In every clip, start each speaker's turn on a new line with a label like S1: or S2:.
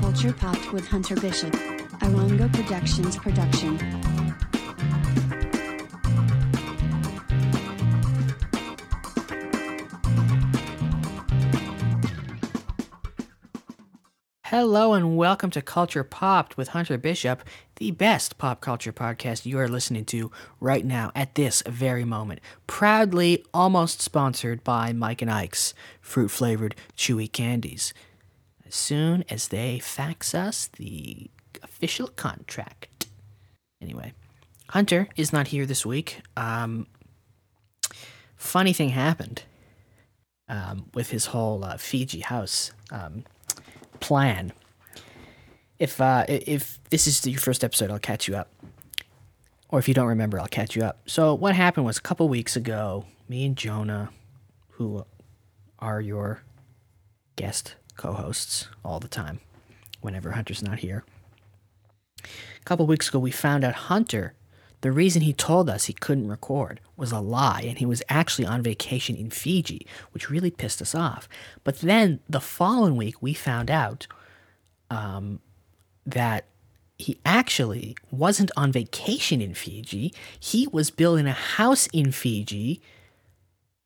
S1: Hunter Popwood Hunter Bishop. Iwango Productions Production.
S2: Hello and welcome to Culture Popped with Hunter Bishop, the best pop culture podcast you are listening to right now at this very moment. Proudly almost sponsored by Mike and Ike's fruit flavored chewy candies. As soon as they fax us the official contract. Anyway, Hunter is not here this week. Um, funny thing happened um, with his whole uh, Fiji house um, plan. If uh, i- if this is your first episode, I'll catch you up. Or if you don't remember, I'll catch you up. So what happened was a couple weeks ago, me and Jonah, who are your guest co-hosts all the time, whenever Hunter's not here. A couple weeks ago, we found out Hunter, the reason he told us he couldn't record was a lie, and he was actually on vacation in Fiji, which really pissed us off. But then the following week, we found out um, that he actually wasn't on vacation in Fiji. He was building a house in Fiji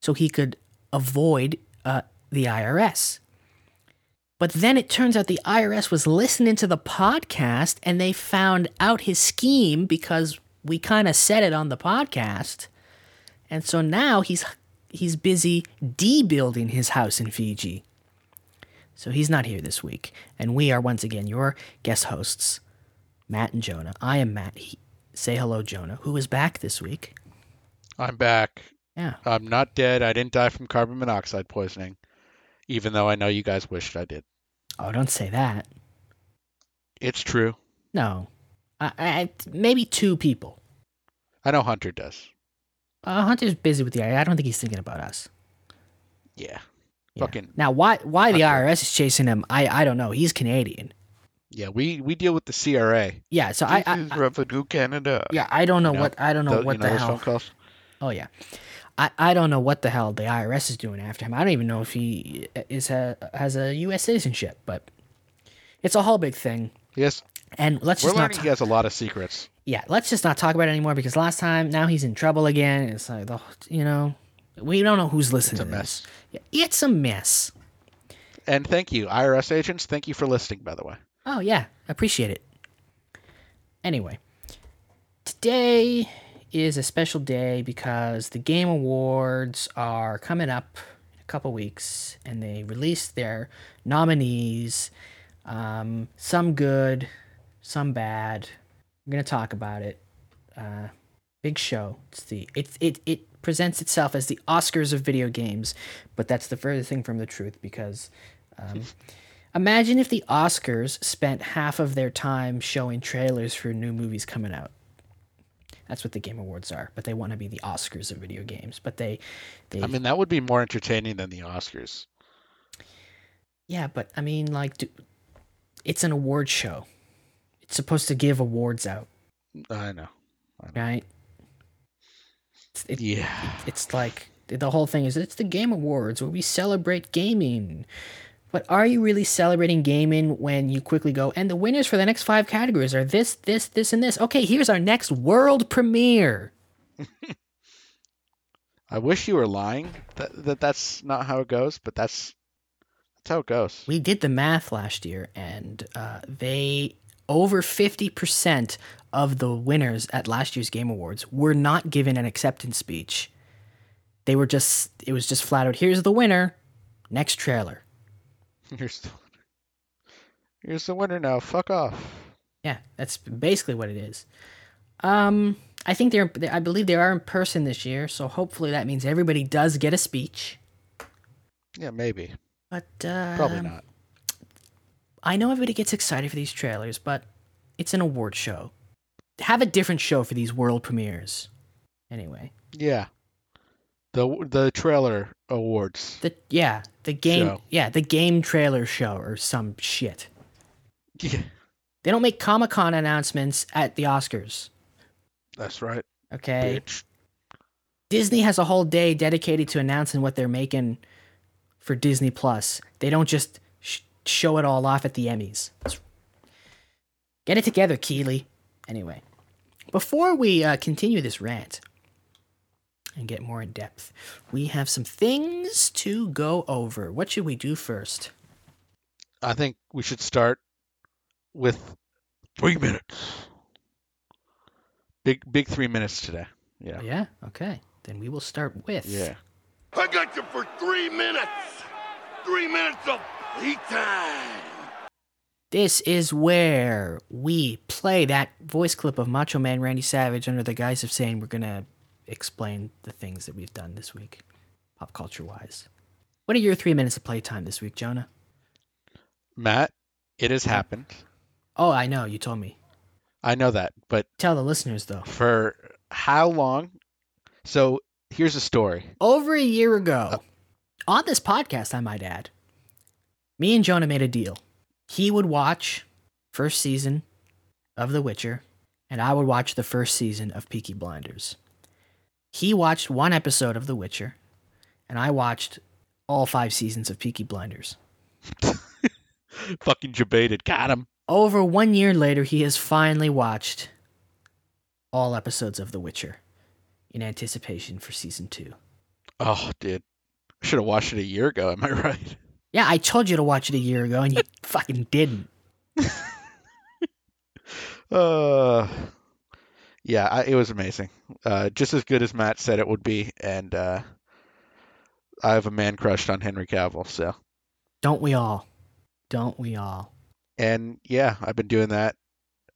S2: so he could avoid uh, the IRS. But then it turns out the IRS was listening to the podcast and they found out his scheme because we kind of said it on the podcast. And so now he's he's busy de-building his house in Fiji. So he's not here this week, and we are once again your guest hosts, Matt and Jonah. I am Matt. He, say hello, Jonah, who is back this week.
S3: I'm back.
S2: Yeah.
S3: I'm not dead. I didn't die from carbon monoxide poisoning, even though I know you guys wished I did.
S2: Oh, don't say that.
S3: It's true.
S2: No. I, I maybe two people.
S3: I know Hunter does.
S2: Uh, Hunter's busy with the IRS. I don't think he's thinking about us.
S3: Yeah.
S2: Yeah.
S3: Fucking
S2: now, why why the
S3: Hunter.
S2: IRS is chasing him? I I don't know. He's Canadian.
S3: yeah. We we deal with the CRA.
S2: Yeah, so I,
S4: This
S2: I,
S4: is
S2: I
S4: Revenue Canada.
S2: yeah I don't know
S3: Mm-hmm. You know,
S2: what I don't know
S3: Tho-
S2: what
S3: you know
S2: the
S3: those phone
S2: hell.
S3: calls?
S2: Oh yeah, I I don't know what the hell the IRS is doing after him. I don't even know if he uh, is a, has a U.S. citizenship, but it's a whole big thing.
S3: Yes.
S2: And let's
S3: We're
S2: just not
S3: learning
S2: talk,
S3: he has a lot of secrets.
S2: yeah, let's just not talk about it animore because last time now he's in trouble again. It's like the you know we don't know who's listening.
S3: It's a
S2: to
S3: mess.
S2: This. It's a mess.
S3: And thank you, IRS agents. Thank you for listening, by the way.
S2: Oh yeah, appreciate it. Anyway, today is a special day because the Game Awards are coming up in a couple weeks, and they released their nominees. Um, some good, some bad. We're gonna talk about it. Uh, big show. It's the it it it presents itself as the Oscars of video games, but that's the further thing from the truth because. Um, Imagine if the Oscars spent half of their time showing trailers for new movies coming out. That's what the Game Awards are, but they want to be the Oscars of video games. But they, they,
S3: I mean, that would be more entertaining than the Oscars.
S2: yeah, but I mean, like, do, it's an award show. It's supposed to give awards out,
S3: I know.
S2: right? It's, it,
S3: Yeah.
S2: it's like the whole thing is it's the Game Awards where we celebrate gaming. But are you really celebrating gaming when you quickly go, and the winners for the next five categories are this, this, this, and this? Okay, here's our next world premiere.
S3: I wish you were lying. That, that that's not how it goes, but that's that's how it goes.
S2: We did the math last year, and uh, they over 50% of the winners at last year's Game Awards were not given an acceptance speech. They were just, it was just flat out, here's the winner, next trailer.
S3: Here's the winner. Here's the winner now. Fuck off.
S2: Yeah, that's basically what it is. Um, I think they're, they- I believe they are in person this year, so hopefully that means everybody does get a speech.
S3: Yeah, maybe.
S2: But uh,
S3: Probably not.
S2: I know everybody gets excited for these trailers, but it's an award show. Have a different show for these world premieres. Anyway,
S3: Yeah. The the trailer awards.
S2: the yeah, the game,
S3: Show.
S2: yeah, the game trailer show or some shit.
S3: Yeah,
S2: They don't make Comic Con announcements at the Oscars.
S3: that's right.
S2: Okay.
S3: bitch.
S2: Disney has a whole day dedicated to announcing what they're making for Disney Plus. They don't just sh- show it all off at the Emmys. It's Get it together, Keeley. Anyway, before we uh, continue this rant and get more in depth, we have some things to go over. What should we do first?
S3: I think we should start with three minutes. Big big three minutes today. Yeah.
S2: Yeah. Okay. Then we will start with.
S3: Yeah.
S4: I got you for three minutes. Three minutes of play time.
S2: This is where we play that voice clip of Macho Man Randy Savage under the guise of saying we're going to explain the things that we've done this week, pop culture wise. What are your three minutes of playtime this week, Jonah?
S3: Matt, it has happened.
S2: Oh, I know. You told me.
S3: I know that, but
S2: Tell the listeners, though.
S3: for how long? So here's a story.
S2: Over a year ago, on this podcast, I might add, me and Jonah made a deal. He would watch first season of The Witcher, and I would watch the first season of Peaky Blinders. He watched one episode of The Witcher, and I watched all five seasons of Peaky Blinders.
S3: Fucking debated. Got him.
S2: Over one year later, he has finally watched all episodes of The Witcher in anticipation for season two.
S3: Oh, dude. Should have watched it a year ago. Am I right?
S2: Yeah, I told you to watch it a year ago, and you fucking didn't.
S3: Uh, yeah, I, it was amazing. Uh, just as good as Matt said it would be, and uh, I have a man crush on Henry Cavill. So,
S2: Don't we all? Don't we all?
S3: and yeah, I've been doing that.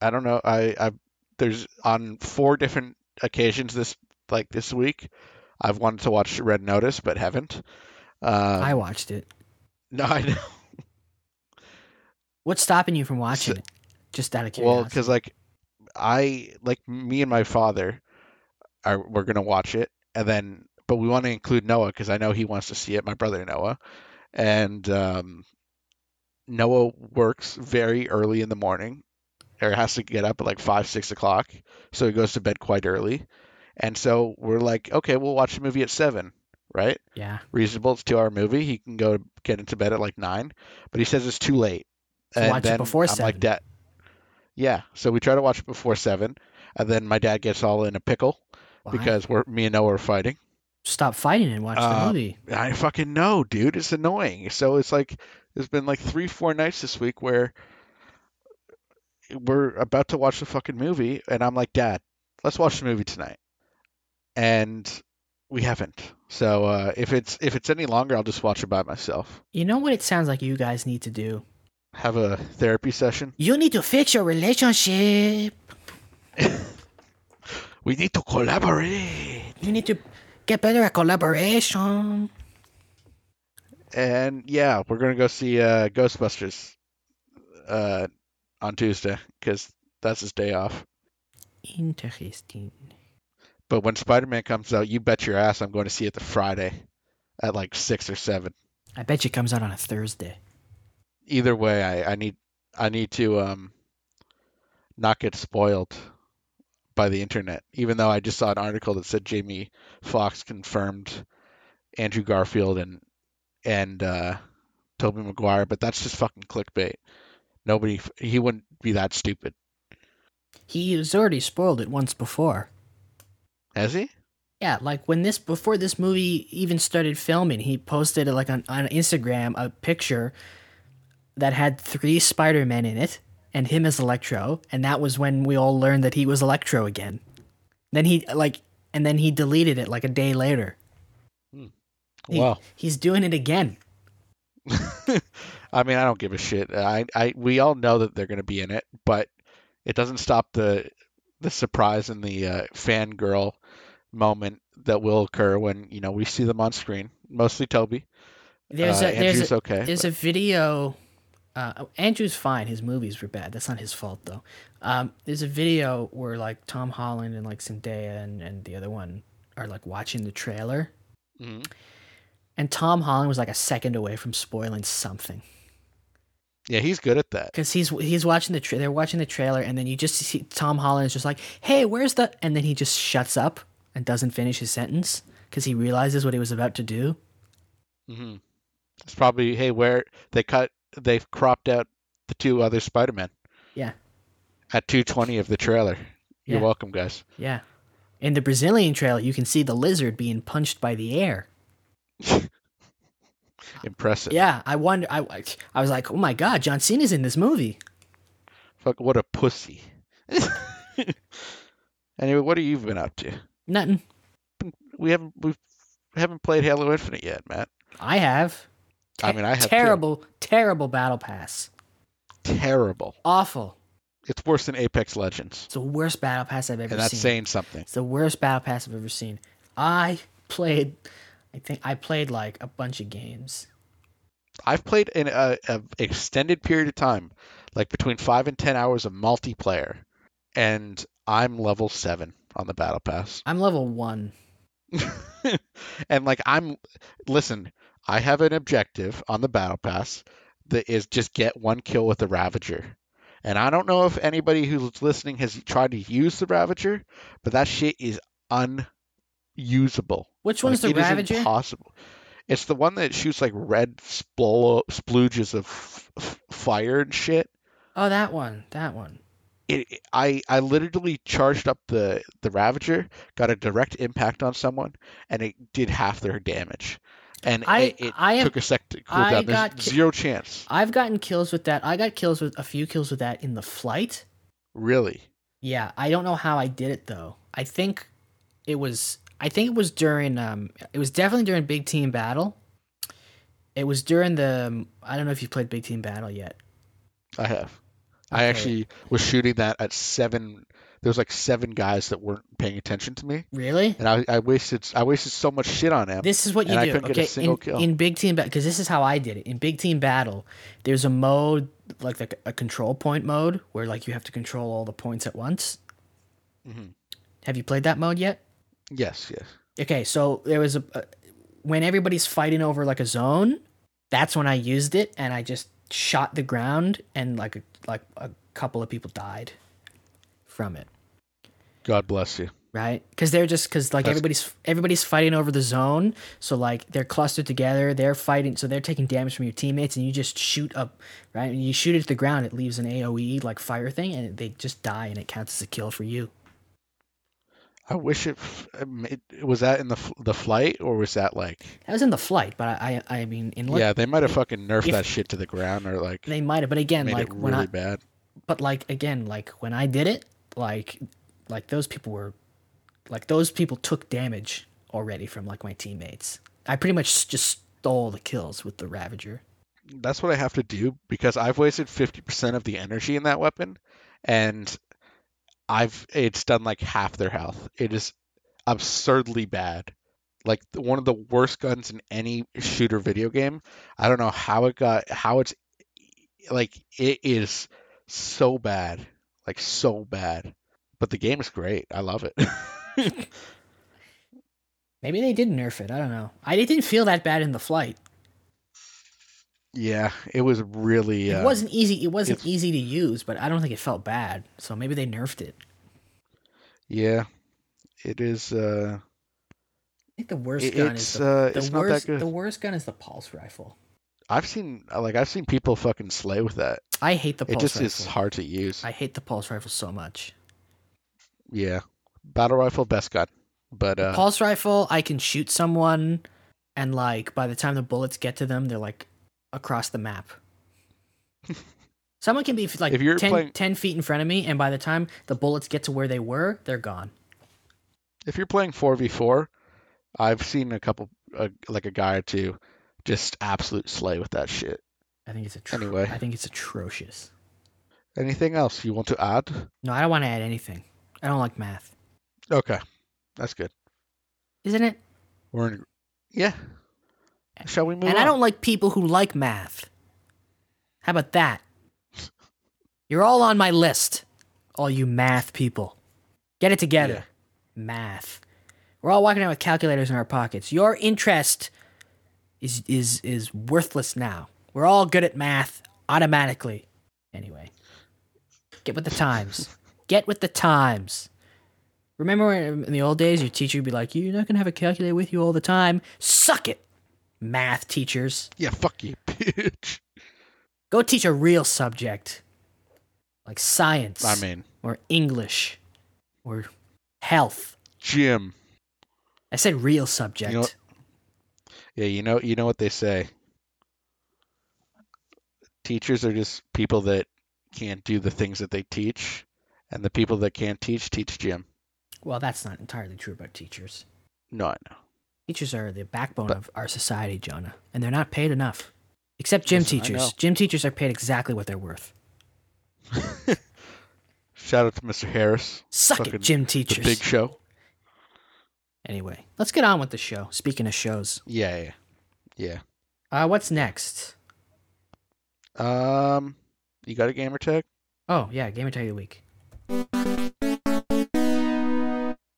S3: I don't know. I I there's on four different occasions this like this week. I've wanted to watch Red Notice, but haven't. Uh,
S2: I watched it.
S3: no, I know.
S2: What's stopping you from watching it? Just out of
S3: Well,
S2: curiosity.
S3: because like I like me and my father are we're gonna watch it, and then but we want to include Noah because I know he wants to see it. My brother Noah, and um, Noah works very early in the morning, or has to get up at like five six o'clock, so he goes to bed quite early, and so we're like, okay, we'll watch the movie at seven, right?
S2: yeah,
S3: Reasonable. It's a two hour movie. He can go get into bed at like nine, but he says it's too late.
S2: So
S3: and
S2: watch it
S3: then
S2: before
S3: I'm
S2: seven.
S3: like, Dad. Yeah. So we try to watch it before seven, and then my dad gets all in a pickle
S2: Why?
S3: because we're me and Noah are fighting.
S2: stop fighting and watch the
S3: Uh,
S2: movie.
S3: I fucking know, dude. It's annoying. So it's like there's been like three, four nights this week where we're about to watch the fucking movie, and I'm like, Dad, let's watch the movie tonight, and we haven't. So uh, if it's if it's any longer, I'll just watch it by myself.
S2: You know what it sounds like you guys need to do?
S3: Have a therapy session.
S2: You need to fix your relationship.
S3: We need to collaborate.
S2: You need to get better at collaboration.
S3: And yeah, we're gonna go see uh, Ghostbusters uh, on Tuesday because that's his day off.
S2: Interesting.
S3: But when Spider Man comes out, you bet your ass I'm going to see it the Friday at like six or seven.
S2: I bet you it comes out on a Thursday.
S3: Either way, I, I need I need to um not get spoiled by the internet. Even though I just saw an article that said Jamie Foxx confirmed Andrew Garfield and and uh, Tobey Maguire, but that's just fucking clickbait. Nobody f- he wouldn't be that stupid,
S2: He's already spoiled it once before.
S3: has he?
S2: Yeah, like when this before this movie even started filming, he posted like on, on Instagram a picture that had three Spider Men in it and him as Electro, and that was when we all learned that he was Electro again. Then he like and then he deleted it like a day later. He-
S3: Wow.
S2: He's doing it again.
S3: I mean, I don't give a shit. I, I, we all know that they're going to be in it, but it doesn't stop the the surprise and the uh, fangirl moment that will occur when you know we see them on screen. Mostly Toby.
S2: There's
S3: Uh,
S2: a there's
S3: Andrew's
S2: a,
S3: okay,
S2: There's a video. Uh, oh, Andrew's fine. His movies were bad. That's not his fault though. Um, there's a video where like Tom Holland and like Zendaya and, and the other one are like watching the trailer,
S3: Mhm.
S2: and Tom Holland was like a second away from spoiling something
S3: Yeah, he's good at that.
S2: because he's he's watching the tra- they're watching the trailer, and then you just see Tom Holland is just like, "Hey, where's the?" And then he just shuts up and doesn't finish his sentence because he realizes what he was about to do.
S3: hmm It's probably hey, where they cut, they've cropped out the two other Spider Men.
S2: Yeah.
S3: at 220 of the trailer. You're
S2: Yeah.
S3: welcome, guys.
S2: Yeah. In the Brazilian trail, you can see the lizard being punched by the air.
S3: Impressive.
S2: Yeah, I wonder. I, I- I was like, oh my god, John Cena's in this movie.
S3: Fuck, what a pussy. anyway, what have you been up to?
S2: Nothing.
S3: We haven't we haven't played Halo Infinite yet, Matt.
S2: I have.
S3: I mean, I have too.
S2: terrible, terrible battle pass.
S3: Terrible.
S2: Awful.
S3: It's worse than Apex Legends,
S2: It's the worst battle pass I've ever
S3: and that's
S2: seen.
S3: saying something.
S2: It's the worst battle pass I've ever seen. I played. I think I played like a bunch of games.
S3: I've played in a, a extended period of time, like between five and ten hours of multiplayer, and I'm level seven on the battle pass.
S2: I'm level one.
S3: and like I'm, listen, I have an objective on the battle pass that is just get one kill with the Ravager. And I don't know if anybody who's listening has tried to use the Ravager, but that shit is unusable.
S2: Which one's
S3: Like,
S2: the
S3: it is
S2: Ravager?
S3: impossible. It's the one that shoots like red splo- splooges of f- f- fire and shit.
S2: Oh, that one. That one.
S3: It, I I literally charged up the the Ravager, got a direct impact on someone, and it did half their damage. And
S2: I-
S3: it, it
S2: I am-
S3: took a sec to cool
S2: I
S3: down. There's
S2: got ki-
S3: zero chance,
S2: I've gotten kills with that. I got kills with a few kills with that in the flight.
S3: really.
S2: Yeah, I don't know how I did it though. I think it was I think it was during um it was definitely during Big Team Battle. It was during the um, I don't know if you played Big Team Battle yet.
S3: I have. I
S2: Okay.
S3: actually was shooting that at seven. There was like seven guys that weren't paying attention to me,
S2: Really?
S3: and I, I wasted I wasted so much shit on him.
S2: This is what you
S3: And I
S2: do.
S3: couldn't get a
S2: Okay,
S3: single
S2: in,
S3: kill.
S2: in Big Team Battle because this is how I did it. In Big Team Battle, there's a mode like the, a control point mode where like you have to control all the points at once.
S3: Mhm.
S2: Have you played that mode yet?
S3: Yes, yes.
S2: Okay, so there was a, a when everybody's fighting over like a zone, that's when I used it and I just shot the ground and like a, like a couple of people died from it,
S3: God bless you.
S2: right? Cuz they're just cuz like
S3: That's-
S2: everybody's everybody's fighting over the zone, so like they're clustered together, they're fighting, so they're taking damage from your teammates and you just shoot up, right? And you shoot it to the ground, it leaves an AoE like fire thing and they just die and it counts as a kill for you.
S3: I wish it, f- um, it was that in the f- the flight or was that like
S2: That was in the flight, but I I, I mean in
S3: yeah they might have fucking nerfed
S2: if-
S3: that shit to the ground or like
S2: they might have, but again,
S3: made
S2: like
S3: it
S2: when
S3: really
S2: I,
S3: bad.
S2: but like again like when i did it like like those people were like those people took damage already from like my teammates i pretty much s- just stole the kills with the ravager
S3: That's what I have to do because I've wasted fifty percent of the energy in that weapon, and I've it's done like half their health. It is absurdly bad. Like the- one of the worst guns in any shooter video game. I don't know how it got how it's like it is so bad, like so bad. But the game is great. I love it.
S2: maybe they did nerf it i don't know i didn't feel that bad in the flight
S3: Yeah, it was really.
S2: it
S3: uh,
S2: wasn't easy it wasn't
S3: It's-
S2: easy to use but i don't think it felt bad so maybe they nerfed it i
S3: Yeah, it is. Uh,
S2: think the worst
S3: it-
S2: gun is
S3: it's
S2: the,
S3: uh,
S2: the
S3: it's not that
S2: worst
S3: good.
S2: the worst gun is the pulse rifle
S3: I've seen uh, like I've seen people fucking slay with that.
S2: i hate the
S3: It
S2: pulse
S3: just
S2: rifle
S3: is hard to use.
S2: i hate the pulse rifle so much
S3: Yeah, battle rifle best gun, but uh,
S2: pulse rifle i can shoot someone and like by the time the bullets get to them they're like across the map someone can be like
S3: If you're
S2: 10,
S3: playing-
S2: 10 feet in front of me and by the time the bullets get to where they were they're gone
S3: if you're playing four v four, I've seen a couple uh, like a guy or two just absolute slay with that shit.
S2: i think it's atro-
S3: Anyway.
S2: i think it's atrocious
S3: Anything else you want to add?
S2: no i don't want to add anything i don't like math
S3: Okay, that's good.
S2: isn't it
S3: We're in. Yeah. Shall we move
S2: and i
S3: on?
S2: don't like people who like math how about that you're all on my list all you math people get it together
S3: Yeah.
S2: math. We're all walking around with calculators in our pockets. Your interest is is is worthless now. We're all good at math automatically. Anyway, get with the times. get with the times. Remember when in the old days your teacher would be like, "You're not gonna have a calculator with you all the time. Suck it, math teachers.
S3: Yeah, fuck you, bitch.
S2: Go teach a real subject." like science
S3: I mean,
S2: or English or health.
S3: Jim.
S2: I said real subject.
S3: You know- Yeah, you know, you know what they say. Teachers are just people that can't do the things that they teach, and the people that can't teach teach Jim.
S2: well, that's not entirely true about teachers.
S3: No, I know.
S2: Teachers are the backbone
S3: But-
S2: of our society, Jonah, and they're not paid enough. Except gym
S3: Listen, I know.
S2: teachers. Gym teachers are paid exactly what they're worth.
S3: Shout out to Mr. Harris,
S2: Suck
S3: Fucking
S2: it, gym
S3: the
S2: teachers.
S3: Big Show.
S2: Anyway, let's get on with the show. Speaking of shows,
S3: Yeah, yeah, yeah.
S2: uh, what's next?
S3: Um, you got a gamer tag?
S2: Oh yeah, game attack of the week.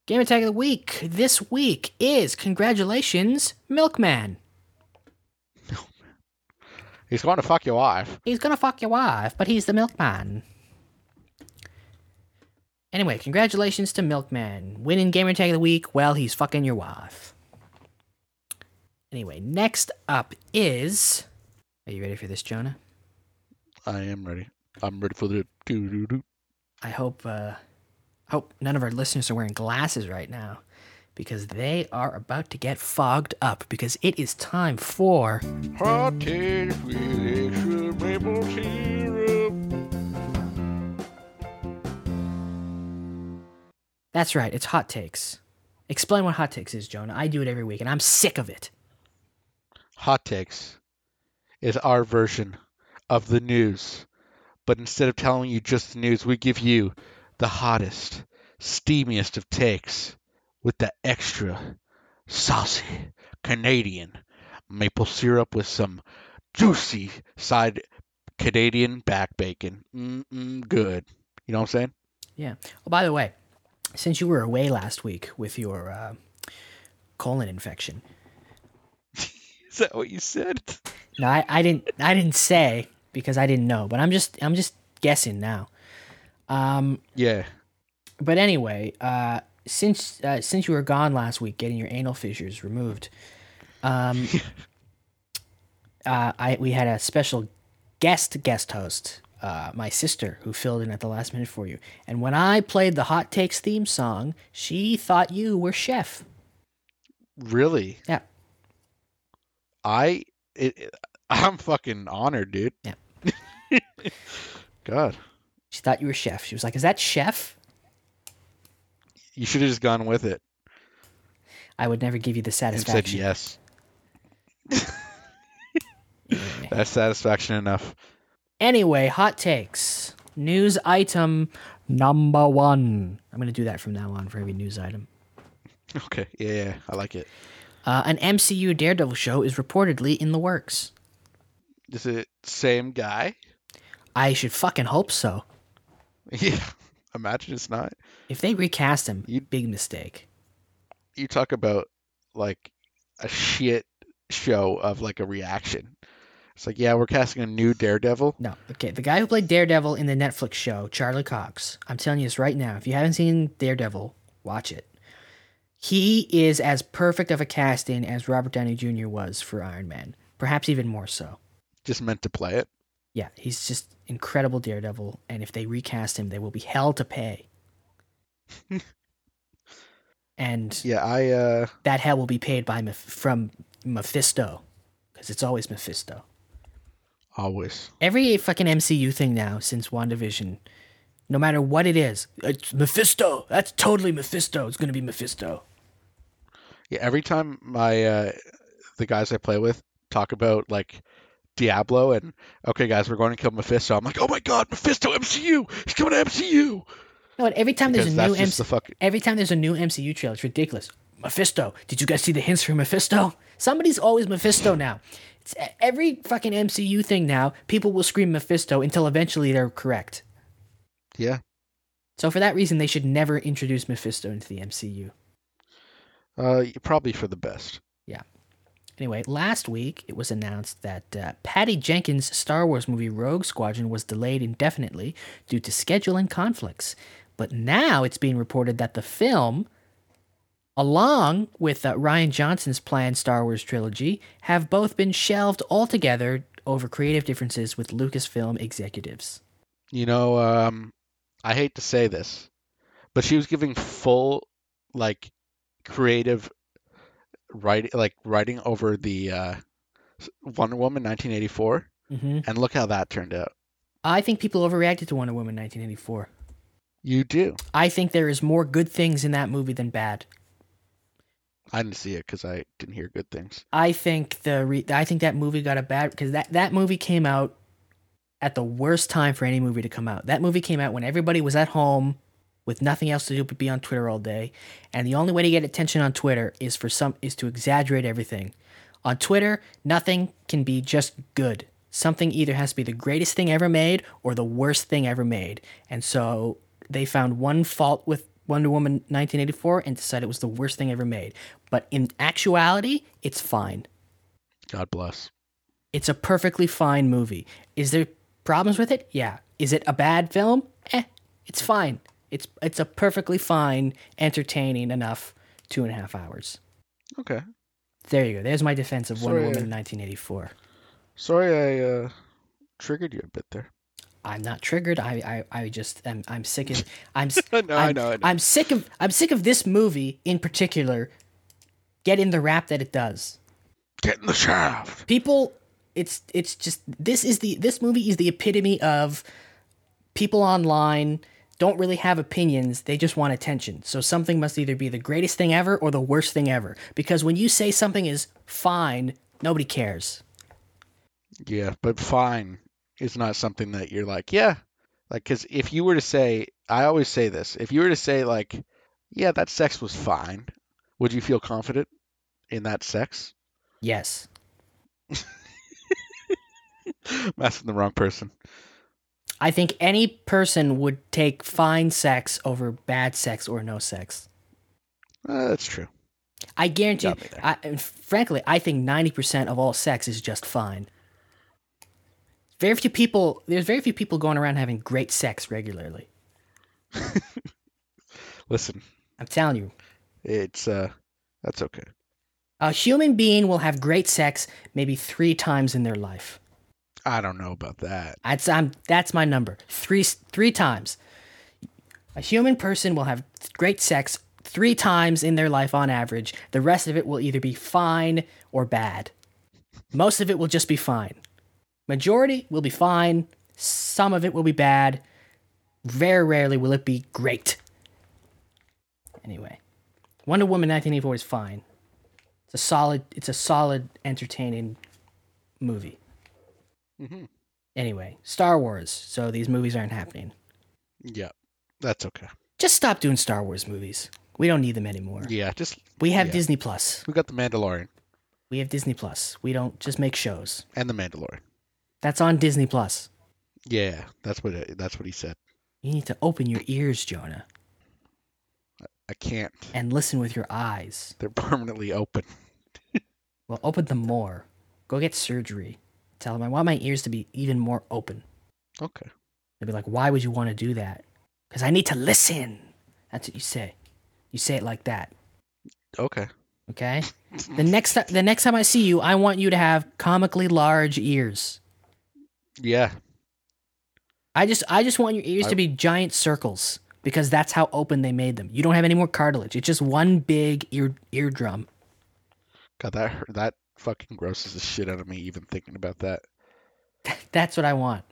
S2: Game attack of the week this week is congratulations, Milkman.
S3: He's going to fuck your wife.
S2: He's gonna fuck your wife, but he's the milkman. Anyway, congratulations to Milkman. Winning Gamer Tag of the Week, well, he's fucking your wife. Anyway, next up is. Are you ready for this, Jonah?
S3: I am ready. I'm ready for the doo doo doo.
S2: I hope, uh, I hope none of our listeners are wearing glasses right now because they are about to get fogged up because it is time for.
S3: Hot tea with extra maple syrup.
S2: That's right, it's hot takes. Explain what hot takes is, Jonah. I do it every week and I'm sick of it.
S3: Hot Takes is our version of the news. But instead of telling you just the news, we give you the hottest, steamiest of takes with the extra saucy Canadian maple syrup with some juicy side Canadian back bacon. Mm-mm, good. You know what I'm saying?
S2: Yeah. Oh, by the way, since you were away last week with your uh, colon infection,
S3: Is that what you said?
S2: no, I, I didn't. I didn't say because I didn't know, but I'm just I'm just guessing now. Um,
S3: Yeah.
S2: but anyway, uh, since uh, since you were gone last week, getting your anal fissures removed, um, uh, I we had a special guest guest host, uh, my sister, who filled in at the last minute for you. And when I played the Hot Takes theme song, she thought you were Chef.
S3: Really?
S2: Yeah.
S3: I it, it- I'm fucking honored, dude.
S2: Yeah.
S3: God,
S2: She thought you were chef. She was like, "Is that chef?"
S3: you should have just gone with it
S2: I would never give you the
S3: and said
S2: satisfaction.
S3: yes. That's satisfaction enough.
S2: Anyway, hot takes. News item number one. I'm gonna do that from now on for every news item.
S3: Okay. Yeah, yeah, I like it.
S2: Uh, an MCU Daredevil show is reportedly in the works.
S3: Is it same guy?
S2: I should fucking hope so.
S3: Yeah. Imagine it's not.
S2: If they recast him,
S3: You-
S2: big mistake.
S3: You talk about like a shit show of like a reaction. It's like, yeah, we're casting a new Daredevil.
S2: No, okay. The guy who played Daredevil in the Netflix show, Charlie Cox. I'm telling you this right now. If you haven't seen Daredevil, watch it. He is as perfect of a casting as Robert Downey Jr. was for Iron Man, perhaps even more so.
S3: Just meant to play it.
S2: Yeah, he's just incredible Daredevil, and if they recast him, they will be hell to pay. and
S3: Yeah, I uh
S2: that hell will be paid by Meph- from Mephisto, because it's always Mephisto.
S3: always.
S2: Every fucking MCU thing now since WandaVision, no matter what it is, it's Mephisto. That's totally Mephisto. It's gonna be Mephisto.
S3: Yeah, every time my uh the guys I play with talk about like Diablo and okay guys, we're going to kill Mephisto. I'm like, "Oh my god, Mephisto MCU. He's coming to MCU."
S2: No, and every time
S3: Because
S2: there's a
S3: that's
S2: new
S3: just
S2: MC-
S3: the fuck
S2: every time there's a new MCU trailer, it's ridiculous. Mephisto, did you guys see the hints for Mephisto? Somebody's always Mephisto now. It's e- every fucking MCU thing now. People will scream Mephisto until eventually they're correct.
S3: Yeah.
S2: So for that reason, they should never introduce Mephisto into the MCU.
S3: Uh probably for the best.
S2: Anyway, last week it was announced that uh, Patty Jenkins' Star Wars movie Rogue Squadron was delayed indefinitely due to scheduling conflicts. But now it's being reported that the film, along with uh, Ryan Johnson's planned Star Wars trilogy, have both been shelved altogether over creative differences with Lucasfilm executives.
S3: you know, um, I hate to say this, but she was giving full, like, creative writing, like writing over the uh, Wonder Woman 1984,
S2: Mm-hmm.
S3: and look how that turned out.
S2: I think people overreacted to Wonder Woman 1984.
S3: You do.
S2: I think there is more good things in that movie than bad.
S3: I didn't see it because I didn't hear good things.
S2: I think the re- I think that movie got a bad because that that movie came out at the worst time for any movie to come out. That movie came out when everybody was at home with nothing else to do but be on Twitter all day, and the only way to get attention on Twitter is for some is to exaggerate everything. On Twitter, nothing can be just good. Something either has to be the greatest thing ever made or the worst thing ever made. And so they found one fault with Wonder Woman 1984 and decided it was the worst thing ever made. But in actuality, it's fine
S3: God bless.
S2: it's a perfectly fine movie. Is there problems with it? Yeah. Is it a bad film? Eh, it's fine. It's it's a perfectly fine, entertaining enough two and a half hours.
S3: Okay.
S2: There you go. There's my defense of Wonder
S3: Sorry.
S2: Woman 1984.
S3: Sorry, I uh, triggered you a bit there.
S2: I'm not triggered. I I, I just am, I'm sick of I'm s-
S3: No, I
S2: I'm,
S3: know, I know.
S2: I'm sick of I'm sick of this movie in particular getting the rap that it does.
S3: Get in the shaft.
S2: people it's it's just this is the this movie is the epitome of people online don't really have opinions they just want attention so something must either be the greatest thing ever or the worst thing ever because when you say something is fine nobody cares
S3: Yeah, but fine is not something that you're like, yeah. Like, because if you were to say, I always say this, if you were to say, like, yeah, that sex was fine, would you feel confident in that sex?
S2: yes
S3: I'm asking the wrong person.
S2: i think any person would take fine sex over bad sex or no sex
S3: Uh, that's true.
S2: i guarantee
S3: Got me there.
S2: I, and frankly i think 90% of all sex is just fine very few people there's very few people going around having great sex regularly
S3: Listen,
S2: I'm telling you.
S3: it's, uh, that's okay.
S2: A human being will have great sex maybe three times in their life.
S3: I don't know about that.
S2: That's I'm, that's my number. Three three times. A human person will have great sex three times in their life on average. The rest of it will either be fine or bad. Most of it will just be fine. Majority will be fine. Some of it will be bad. Very rarely will it be great. Anyway, Wonder Woman 1984 is fine. It's a solid. It's a solid, entertaining movie.
S3: hmm
S2: Anyway, Star Wars. So these movies aren't happening.
S3: Yeah, that's okay.
S2: Just stop doing Star Wars movies. We don't need them anymore.
S3: Yeah, just,
S2: We have
S3: yeah.
S2: Disney Plus.
S3: we got The Mandalorian
S2: We have Disney Plus. We don't just make shows.
S3: and The Mandalorian.
S2: That's on Disney Plus.
S3: Yeah, that's what, it, that's what he said.
S2: You need to open your ears, Jonah,
S3: I can't.
S2: and listen with your eyes.
S3: They're permanently open.
S2: Well, open them more. Go get surgery. Tell them I want my ears to be even more open.
S3: Okay.
S2: They'd be like, why would you want to do that? Because I need to listen. That's what you say. You say it like that.
S3: Okay.
S2: Okay. The next ti- the next time I see you, I want you to have comically large ears.
S3: Yeah.
S2: I just I just want your ears
S3: I-
S2: to be giant circles because that's how open they made them. You don't have any more cartilage. It's just one big ear eardrum.
S3: God, that hurt- that fucking grosses the shit out of me even thinking about that.
S2: That's what I want.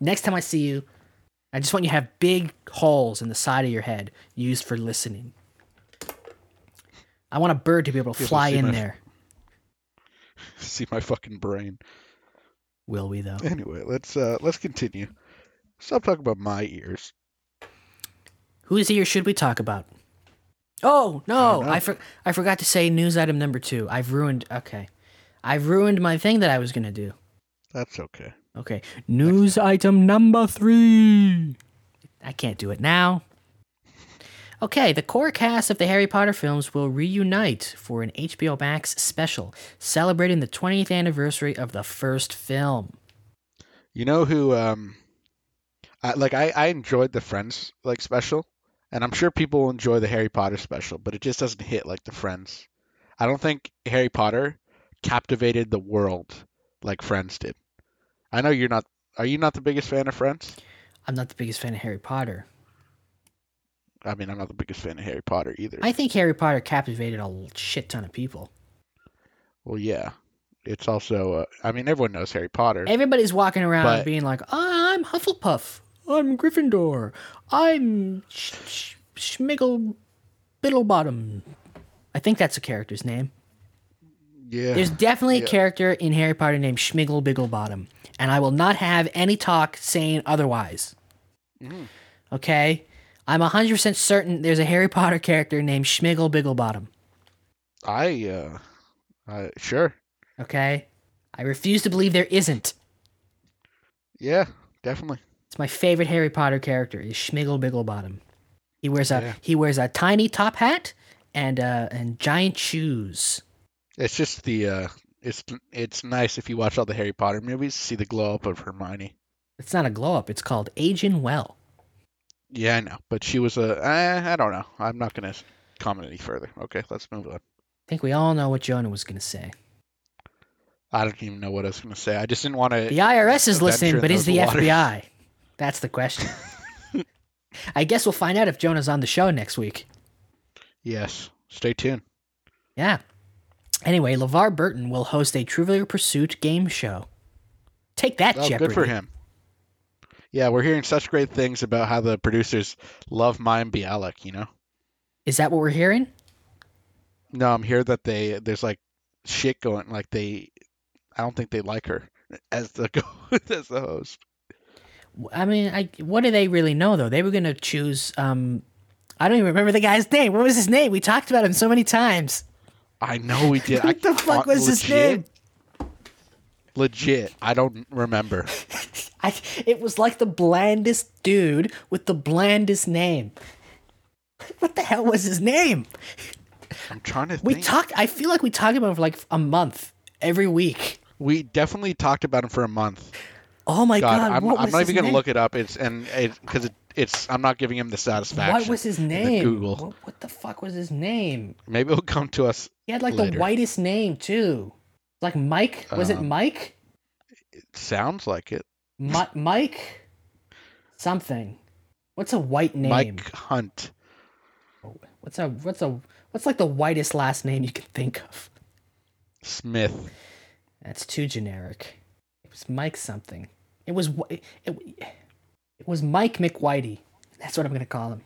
S2: Next time I see you, I just want you to have big holes in the side of your head used for listening. I want a bird to be able to
S3: People
S2: fly
S3: see
S2: in
S3: my-
S2: there.
S3: See my fucking brain.
S2: Will we though?
S3: Anyway, let's uh let's continue. Stop talking about my ears.
S2: Whose ear should we talk about? Oh no,
S3: don't know.
S2: I for, I forgot to say news item number two. I've ruined. Okay, I've ruined my thing that I was gonna do.
S3: That's okay.
S2: Okay, news item number three. I can't do it now. Okay, the core cast of the Harry Potter films will reunite for an HBO Max special celebrating the 20th anniversary of the first film.
S3: You know who um I, like I I enjoyed the Friends like special and I'm sure people will enjoy the Harry Potter special, but it just doesn't hit like the Friends. I don't think Harry Potter captivated the world like Friends did. I know you're not are you not the biggest fan of Friends?
S2: I'm not the biggest fan of Harry Potter.
S3: I mean, I'm not the biggest fan of Harry Potter either.
S2: I think Harry Potter captivated a l- shit ton of people.
S3: well, yeah. It's also, uh, I mean, everyone knows Harry Potter.
S2: Everybody's walking around
S3: But-
S2: being like, "Ah, I'm Hufflepuff. I'm Gryffindor. I'm Sh- Sh- Schmiggle Biddlebottom. I think that's a character's name.
S3: yeah.
S2: There's definitely a character in Harry Potter named Schmiggle Bigglebottom, and I will not have any talk saying otherwise.
S3: Mm-hmm.
S2: Okay? I'm 100% certain there's a Harry Potter character named Schmiggle Bigglebottom.
S3: I, uh, I, sure.
S2: Okay? I refuse to believe there isn't.
S3: Yeah, definitely.
S2: It's my favorite Harry Potter character is Schmiggle Bigglebottom. He wears a
S3: Yeah.
S2: he wears a tiny top hat and uh and giant shoes.
S3: It's just the, uh, it's, it's nice if you watch all the Harry Potter movies, see the glow up of Hermione.
S2: It's not a glow up, it's called aging well.
S3: Yeah, I know. But she was a, eh, I, I don't know. I'm not going to comment any further. Okay, let's move on.
S2: I think we all know what Jonah was going to say.
S3: I don't even know what I was going to say. I just didn't want to.
S2: The IRS is
S3: adventure
S2: listening,
S3: in
S2: but is
S3: those
S2: the
S3: waters.
S2: FBI? That's the question. I guess we'll find out if Jonah's on the show next week.
S3: Yes. Stay tuned.
S2: Yeah. Anyway, LeVar Burton will host a Trivia Pursuit game show. Take that,
S3: Oh,
S2: Jeopardy.
S3: good for him. Yeah, we're hearing such great things about how the producers love Mayim Bialik, you know?
S2: Is that what we're hearing?
S3: No, I'm here that they there's like shit going like they I don't think they like her as the as the host.
S2: I mean, I, what do they really know, though? They were going to choose. Um, I don't even remember the guy's name. What was his name? We talked about him so many times.
S3: I know we did. I
S2: what the fuck
S3: can't-
S2: was his
S3: legit-
S2: name?
S3: Legit, I don't remember.
S2: I, it was like the blandest dude with the blandest name. What the hell was his name?
S3: I'm trying to
S2: We
S3: think.
S2: talked. I feel like we talked about him for like a month every week.
S3: we definitely talked about him for a month.
S2: Oh my god!
S3: God, I'm,
S2: what
S3: I'm
S2: was
S3: not
S2: his
S3: even gonna
S2: name?
S3: look it up. It's and it because it, it's I'm not giving him the satisfaction.
S2: What was his
S3: in the
S2: name?
S3: Google.
S2: What, what the fuck was his name?
S3: Maybe it'll come to us.
S2: He had like the
S3: Later.
S2: whitest name too. Like Mike. Was it
S3: Um,
S2: Mike?
S3: It sounds like it.
S2: Mi- Mike. Something. What's a white name?
S3: Mike Hunt.
S2: What's a what's a what's like the whitest last name you can think of?
S3: Smith.
S2: That's too generic. It was Mike something. It was wh- it, it, it was Mike McWhitey. That's what I'm gonna call him.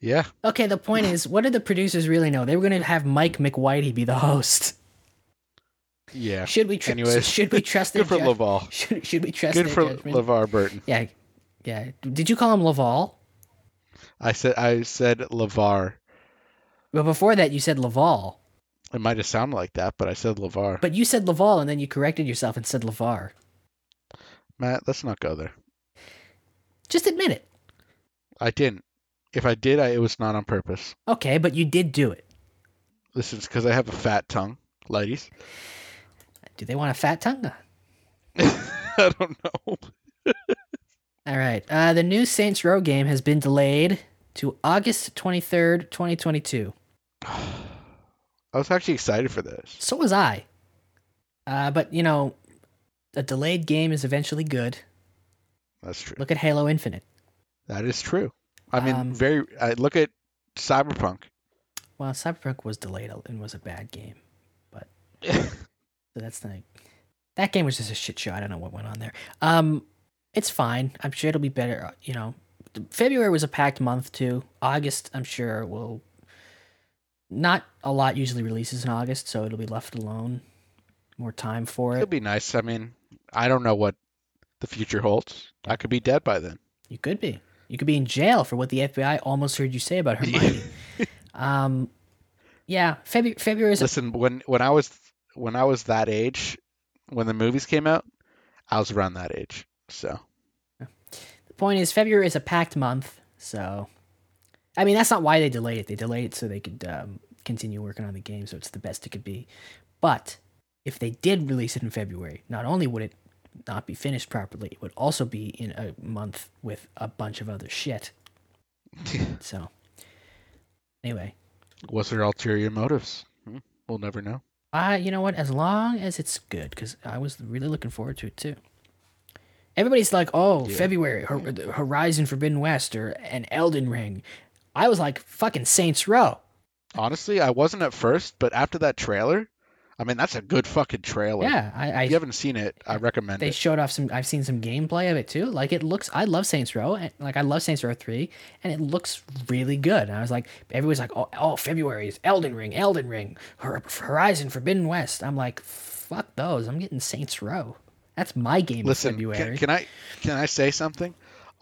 S3: Yeah.
S2: Okay, the point is, what did the producers really know? They were going to have Mike McWhitey be the host.
S3: Yeah.
S2: Should we? Tr-
S3: Anyways,
S2: should we trust their
S3: Good for
S2: judg-
S3: Laval.
S2: Should, should we trust
S3: Good
S2: their
S3: for
S2: judgment?
S3: LeVar Burton.
S2: yeah, yeah. Did you call him Laval?
S3: I said I said LeVar.
S2: Well, before that, you said Laval,
S3: It might have sounded like that, but I said LeVar.
S2: but you said Laval, and then you corrected yourself and said Lavar.
S3: Matt, let's not go there.
S2: Just admit it.
S3: I didn't. If I did, I, it was not on purpose.
S2: Okay, but you did do it.
S3: This is because I have a fat tongue, ladies.
S2: Do they want a fat tongue?
S3: I don't know.
S2: All right. Uh, the new Saints Row game has been delayed to August twenty third, twenty twenty two.
S3: I was actually excited for this.
S2: So was I. Uh, but you know, a delayed game is eventually good.
S3: That's true.
S2: Look at Halo Infinite.
S3: That is true. I mean,
S2: Um,
S3: very. I look at Cyberpunk.
S2: Well, Cyberpunk was delayed a- and was a bad game, but so that's not. That game was just a shit show. I don't know what went on there. Um, it's fine. I'm sure it'll be better. uh, You know, February was a packed month too. August, I'm sure will. Not a lot usually releases in August, so it'll be left alone. More time for
S3: It'll
S2: it.
S3: be nice. I mean, I don't know what the future holds. I could be dead by then.
S2: You could be. You could be in jail for what the FBI almost heard you say about Hermione. um, yeah, February. February is a
S3: Listen, when when I was when I was that age, when the movies came out, I was around that age. So
S2: point is February is a packed month, so I mean that's not why they delayed it. They delayed it so they could um, continue working on the game, so it's the best it could be. But if they did release it in February, not only would it not be finished properly, it would also be in a month with a bunch of other shit. so anyway,
S3: was there ulterior motives? Hmm, We'll never know.
S2: I you know what? As long as it's good, because I was really looking forward to it too. Everybody's like, "Oh, February, Hor- Horizon Forbidden West, or an Elden Ring." I was like, "Fucking Saints Row."
S3: Honestly, I wasn't at first, but after that trailer, I mean, that's a good fucking trailer.
S2: Yeah, I, I
S3: If you haven't seen it, I recommend
S2: they
S3: it.
S2: showed off some. I've seen some gameplay of it too. Like it looks. I love Saints Row. And, like I love Saints Row Three, and it looks really good. And I was like, everybody's like, "Oh, oh February is Elden Ring, Elden Ring, Hor- Horizon Forbidden West." I'm like, "Fuck those! I'm getting Saints Row." That's my game. Listen,
S3: Listen,
S2: February.
S3: can, can I can I say something?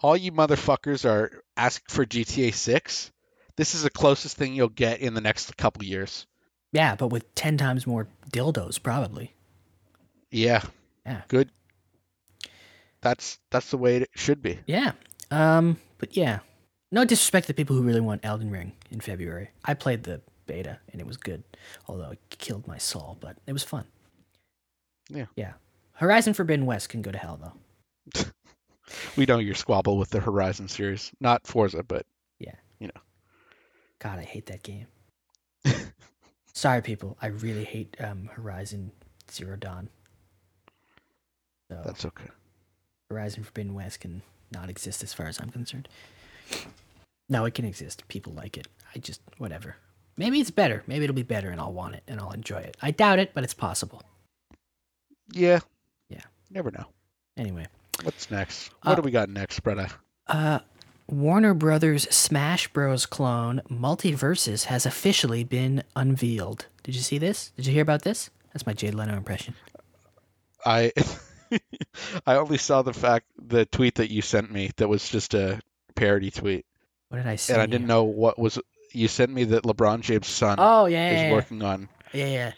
S3: All you motherfuckers are asking for GTA 6. This is the closest thing you'll get in the next couple years.
S2: Yeah, but with 10 times more dildos, probably.
S3: Yeah.
S2: Yeah.
S3: Good. That's that's the way it should be.
S2: Yeah. Um, but yeah. No disrespect to the people who really want Elden Ring in February. I played the beta and it was good, although it killed my soul, but it was fun.
S3: Yeah.
S2: Yeah. Horizon Forbidden West can go to hell, though.
S3: We know your squabble with the Horizon series, not Forza, but
S2: God, I hate that game. Sorry, people. I really hate um, Horizon Zero Dawn. So
S3: that's okay.
S2: Horizon Forbidden West can not exist as far as I'm concerned. No, it can exist. People like it. I just whatever. Maybe it's better. Maybe it'll be better and I'll want it and I'll enjoy it. I doubt it, but it's possible.
S3: Yeah.
S2: Yeah.
S3: Never know.
S2: Anyway.
S3: What's next? What
S2: Uh,
S3: do we got next, Bretta?
S2: Uh Warner Brothers Smash Bros clone Multiverses has officially been unveiled. Did you see this? Did you hear about this? That's my Jade Leno impression.
S3: I I only saw the fact the tweet that you sent me that was just a parody tweet,
S2: What did I say?
S3: and I didn't know what was. You sent me that LeBron James' son
S2: Oh yeah. yeah,
S3: is
S2: yeah.
S3: working on.
S2: Yeah, yeah.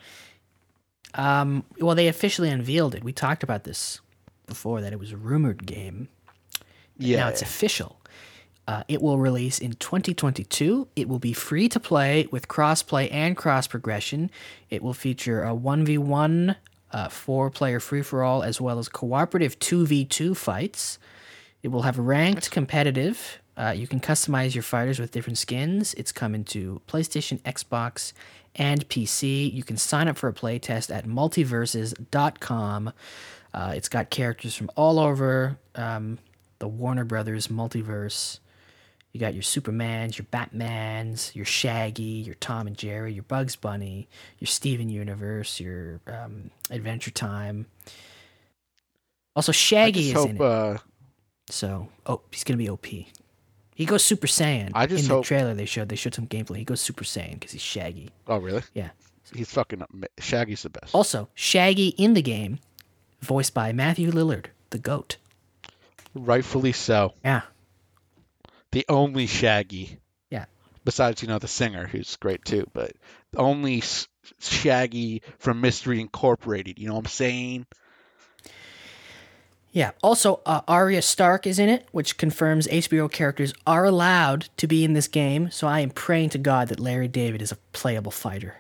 S2: Um, well, they officially unveiled it. We talked about this before that it was a rumored game.
S3: Yeah,
S2: Now it's official. Uh, it will release in 2022. It will be free to play with crossplay and cross progression. It will feature a 1v1 uh, four player free for all as well as cooperative 2v2 fights. It will have ranked competitive. Uh, you can customize your fighters with different skins. It's coming to PlayStation, Xbox, and PC. You can sign up for a playtest at multiverses.com. Uh, it's got characters from all over um, the Warner Brothers multiverse. You got your Supermans, your Batmans, your Shaggy, your Tom and Jerry, your Bugs Bunny, your Steven Universe, your um, Adventure Time. Also,
S3: I
S2: Shaggy
S3: just
S2: is
S3: hope.
S2: in it.
S3: uh,
S2: So, oh, he's gonna be OP. He goes Super Saiyan.
S3: I just
S2: in
S3: hope-
S2: the trailer they showed they showed some gameplay. He goes Super Saiyan because he's Shaggy.
S3: oh, really?
S2: Yeah. Oh.
S3: He's fucking ama- Shaggy's the best.
S2: Also, Shaggy in the game, voiced by Matthew Lillard, the goat.
S3: Rightfully so.
S2: Yeah,
S3: The only Shaggy,
S2: yeah,
S3: besides you know the singer who's great too, but the only s- Shaggy from Mystery Incorporated. You know what I'm saying?
S2: yeah. Also, uh, Arya Stark is in it, which confirms HBO characters are allowed to be in this game. So I am praying to God that Larry David is a playable fighter.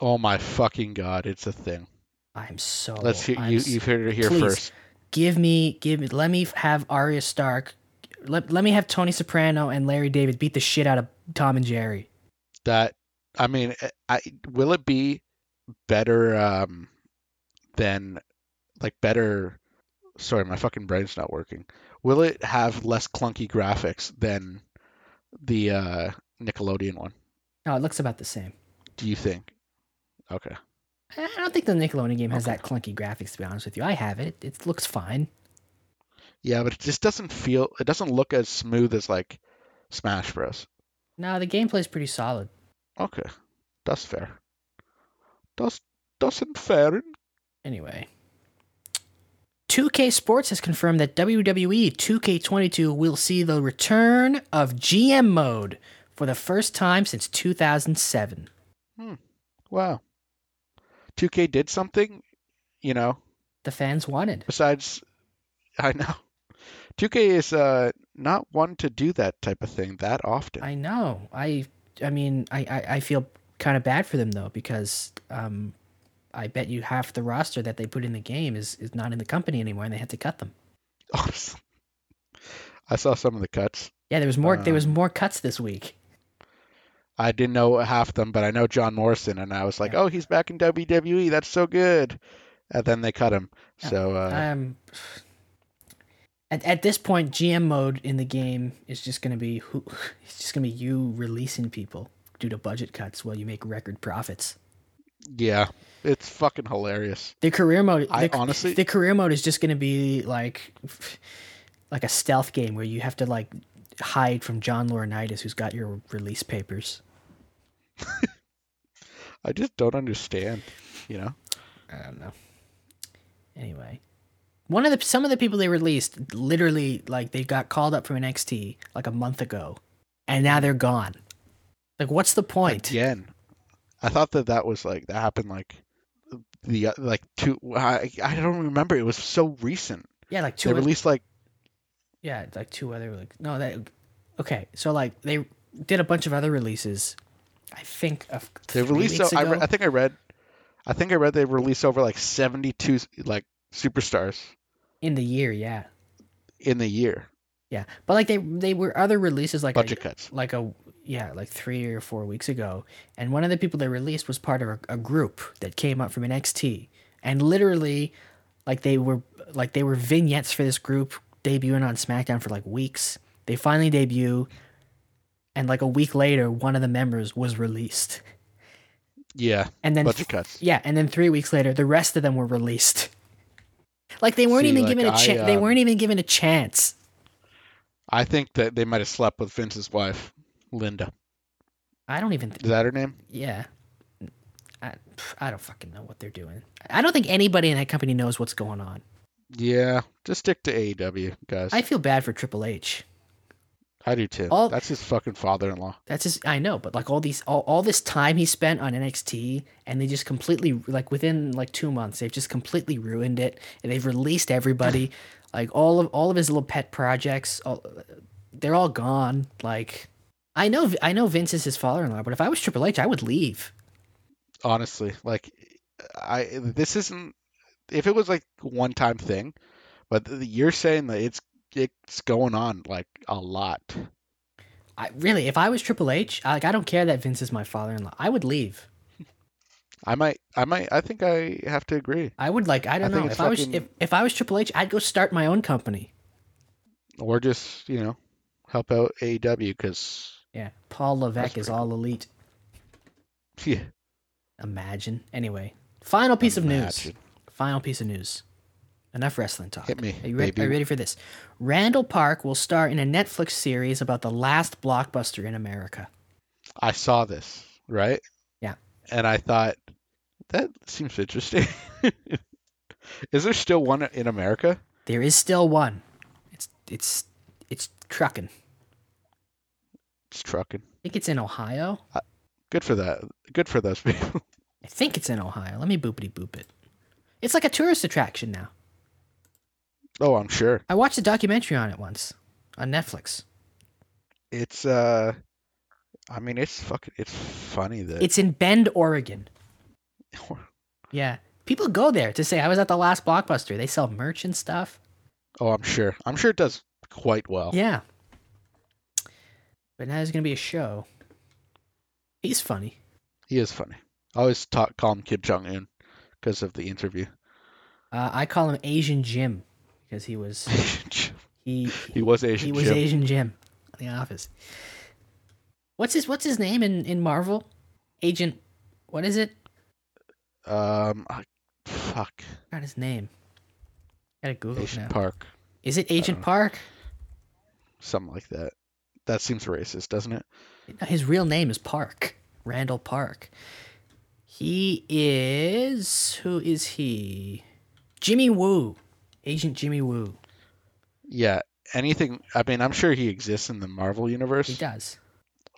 S3: Oh my fucking god, it's a thing.
S2: I am so.
S3: Let's hear
S2: Oh, I'm
S3: you.
S2: s-
S3: You've heard it here
S2: please,
S3: first.
S2: Give me, give me. Let me have Arya Stark. Let, let me have Tony Soprano and Larry David beat the shit out of Tom and Jerry.
S3: that I mean, I- I will it be better um than like better sorry, my fucking brain's not working. Will it have less clunky graphics than the uh Nickelodeon one,
S2: No, Oh, it looks about the same.
S3: do you think? Okay.
S2: I I don't think the Nickelodeon game has that clunky graphics. To be honest with you, I have it. It, it looks fine.
S3: Yeah, but it just doesn't feel it doesn't look as smooth as like Smash Bros.
S2: No, the gameplay's pretty solid.
S3: Okay. That's fair. That's doesn't fair.
S2: Anyway, 2K Sports has confirmed that E WWE 2K22 will see the return of GM mode for the first time since 2007.
S3: Wow. 2K did something, you know,
S2: The fans wanted.
S3: besides i know 2k is uh not one to do that type of thing that often
S2: I know. I I mean, I I, I feel kind of bad for them though because um, I bet you half the roster that they put in the game is is not in the company anymore, and they had to cut them.
S3: i saw some of the cuts
S2: Yeah, there was more.
S3: Uh,
S2: there was more cuts this week.
S3: i didn't know half them but i know john morrison and i was like oh he's back in E. wwe that's so good and then they cut him so uh
S2: Um, At, at this point, GM mode in the game is just going to be who, it's just going to be you releasing people due to budget cuts while you make record profits.
S3: Yeah, it's fucking hilarious.
S2: The career mode,
S3: I
S2: the,
S3: honestly-
S2: the career mode is just going to be like, like a stealth game where you have to like hide from John Laurinaitis, who's got your release papers.
S3: I just don't understand. You know,
S2: I don't know. Anyway, one of the some of the people they released literally like they got called up from NXT like a month ago, and now they're gone. Like, what's the point?
S3: again, I thought that that was like that happened like the uh, like two. I, I don't remember. It was so recent.
S2: Yeah, like two.
S3: They
S2: oth-
S3: released like
S2: yeah, like two other. Like, no, that. Okay, so like they did a bunch of other releases. I think of
S3: they
S2: three
S3: released.
S2: weeks
S3: o- I,
S2: ago.
S3: re- I think I read. I think I read they released over like seventy two like superstars
S2: in the year. Yeah,
S3: in the year.
S2: yeah, but like they they were other releases like
S3: Budget
S2: a,
S3: cuts.
S2: like a yeah like three or four weeks ago and one of the people they released was part of a, a group that came up from nxt and literally like they were like they were vignettes for this group debuting on smackdown for like weeks they finally debut and like a week later one of the members was released
S3: Yeah,
S2: and then
S3: budget cuts.
S2: yeah and then three weeks later the rest of them were released like they weren't
S3: See,
S2: even
S3: like,
S2: given a
S3: I,
S2: chance they
S3: um,
S2: weren't even given a chance
S3: I think that they might have slept with Vince's wife, Linda.
S2: i don't even
S3: Is that her name?
S2: yeah I, pff, I don't fucking know what they're doing i don't think anybody in that company knows what's going on
S3: Yeah, just stick to AEW, guys.
S2: i
S3: I,
S2: feel bad for triple h
S3: do too.
S2: all-
S3: That's his fucking father-in-law.
S2: that's his i know but like all these all, all this time he spent on nxt and they just completely like within like two months they've just completely ruined it and they've released everybody like all of all of his little pet projects all, they're all gone like i know i know vince is his father-in-law but if i was triple h i would leave
S3: Honestly, like, I this isn't. If it was like a one-time thing, but th- you're saying that it's it's going on like a lot.
S2: I, really if i was triple h I- like i don't care that vince is my father-in-law i would leave
S3: I might, I might, I think I have to agree.
S2: I would like I don't
S3: think
S2: know if
S3: it's
S2: I was
S3: fucking-
S2: if, if I was Triple H I'd go start my own company.
S3: Or just you know, help out E AEW because
S2: Yeah, Paul Levesque is all elite.
S3: yeah,
S2: Imagine anyway. Final piece of news.
S3: Imagine.
S2: Final piece of news. Enough wrestling talk.
S3: Hit me,
S2: Are you, re-
S3: baby.
S2: are you ready for this? Randall Park will star in a Netflix series about the last blockbuster in America.
S3: I saw this right.
S2: Yeah.
S3: And I thought that seems interesting. Is there still one in America?
S2: There is still one. It's it's it's trucking. I
S3: It's trucking.
S2: think it's in Ohio.
S3: Good for that. Good for those people.
S2: I think it's in Ohio. Let me boopity boop it. It's like a tourist attraction now.
S3: Oh, I'm sure.
S2: I watched a documentary on it once on Netflix.
S3: It's uh I mean it's fucking it's funny that
S2: It's in Bend, Oregon. Yeah. People go there to say I was at the last blockbuster. They sell merch and stuff.
S3: Oh, I'm sure. I'm sure it does quite well.
S2: Yeah. But now there's gonna be a show. He's funny.
S3: He is funny. I always talk call him Kim Jong Un because of the interview.
S2: Uh, I call him Asian Jim because he was he
S3: he was Asian.
S2: he was
S3: Jim.
S2: Asian Jim on the office. What's his what's his name in, in Marvel? Agent what is it?
S3: Um I- fuck.
S2: Not his name. Gotta Google it
S3: Asian
S2: now.
S3: Park.
S2: Is it Agent Park?
S3: Something like that. That seems racist, doesn't it?
S2: No, His real name is Park. Randall Park. He is who is he? Jimmy Woo. Agent Jimmy Woo.
S3: Yeah. Anything I mean, I'm sure he exists in the Marvel universe,
S2: He does.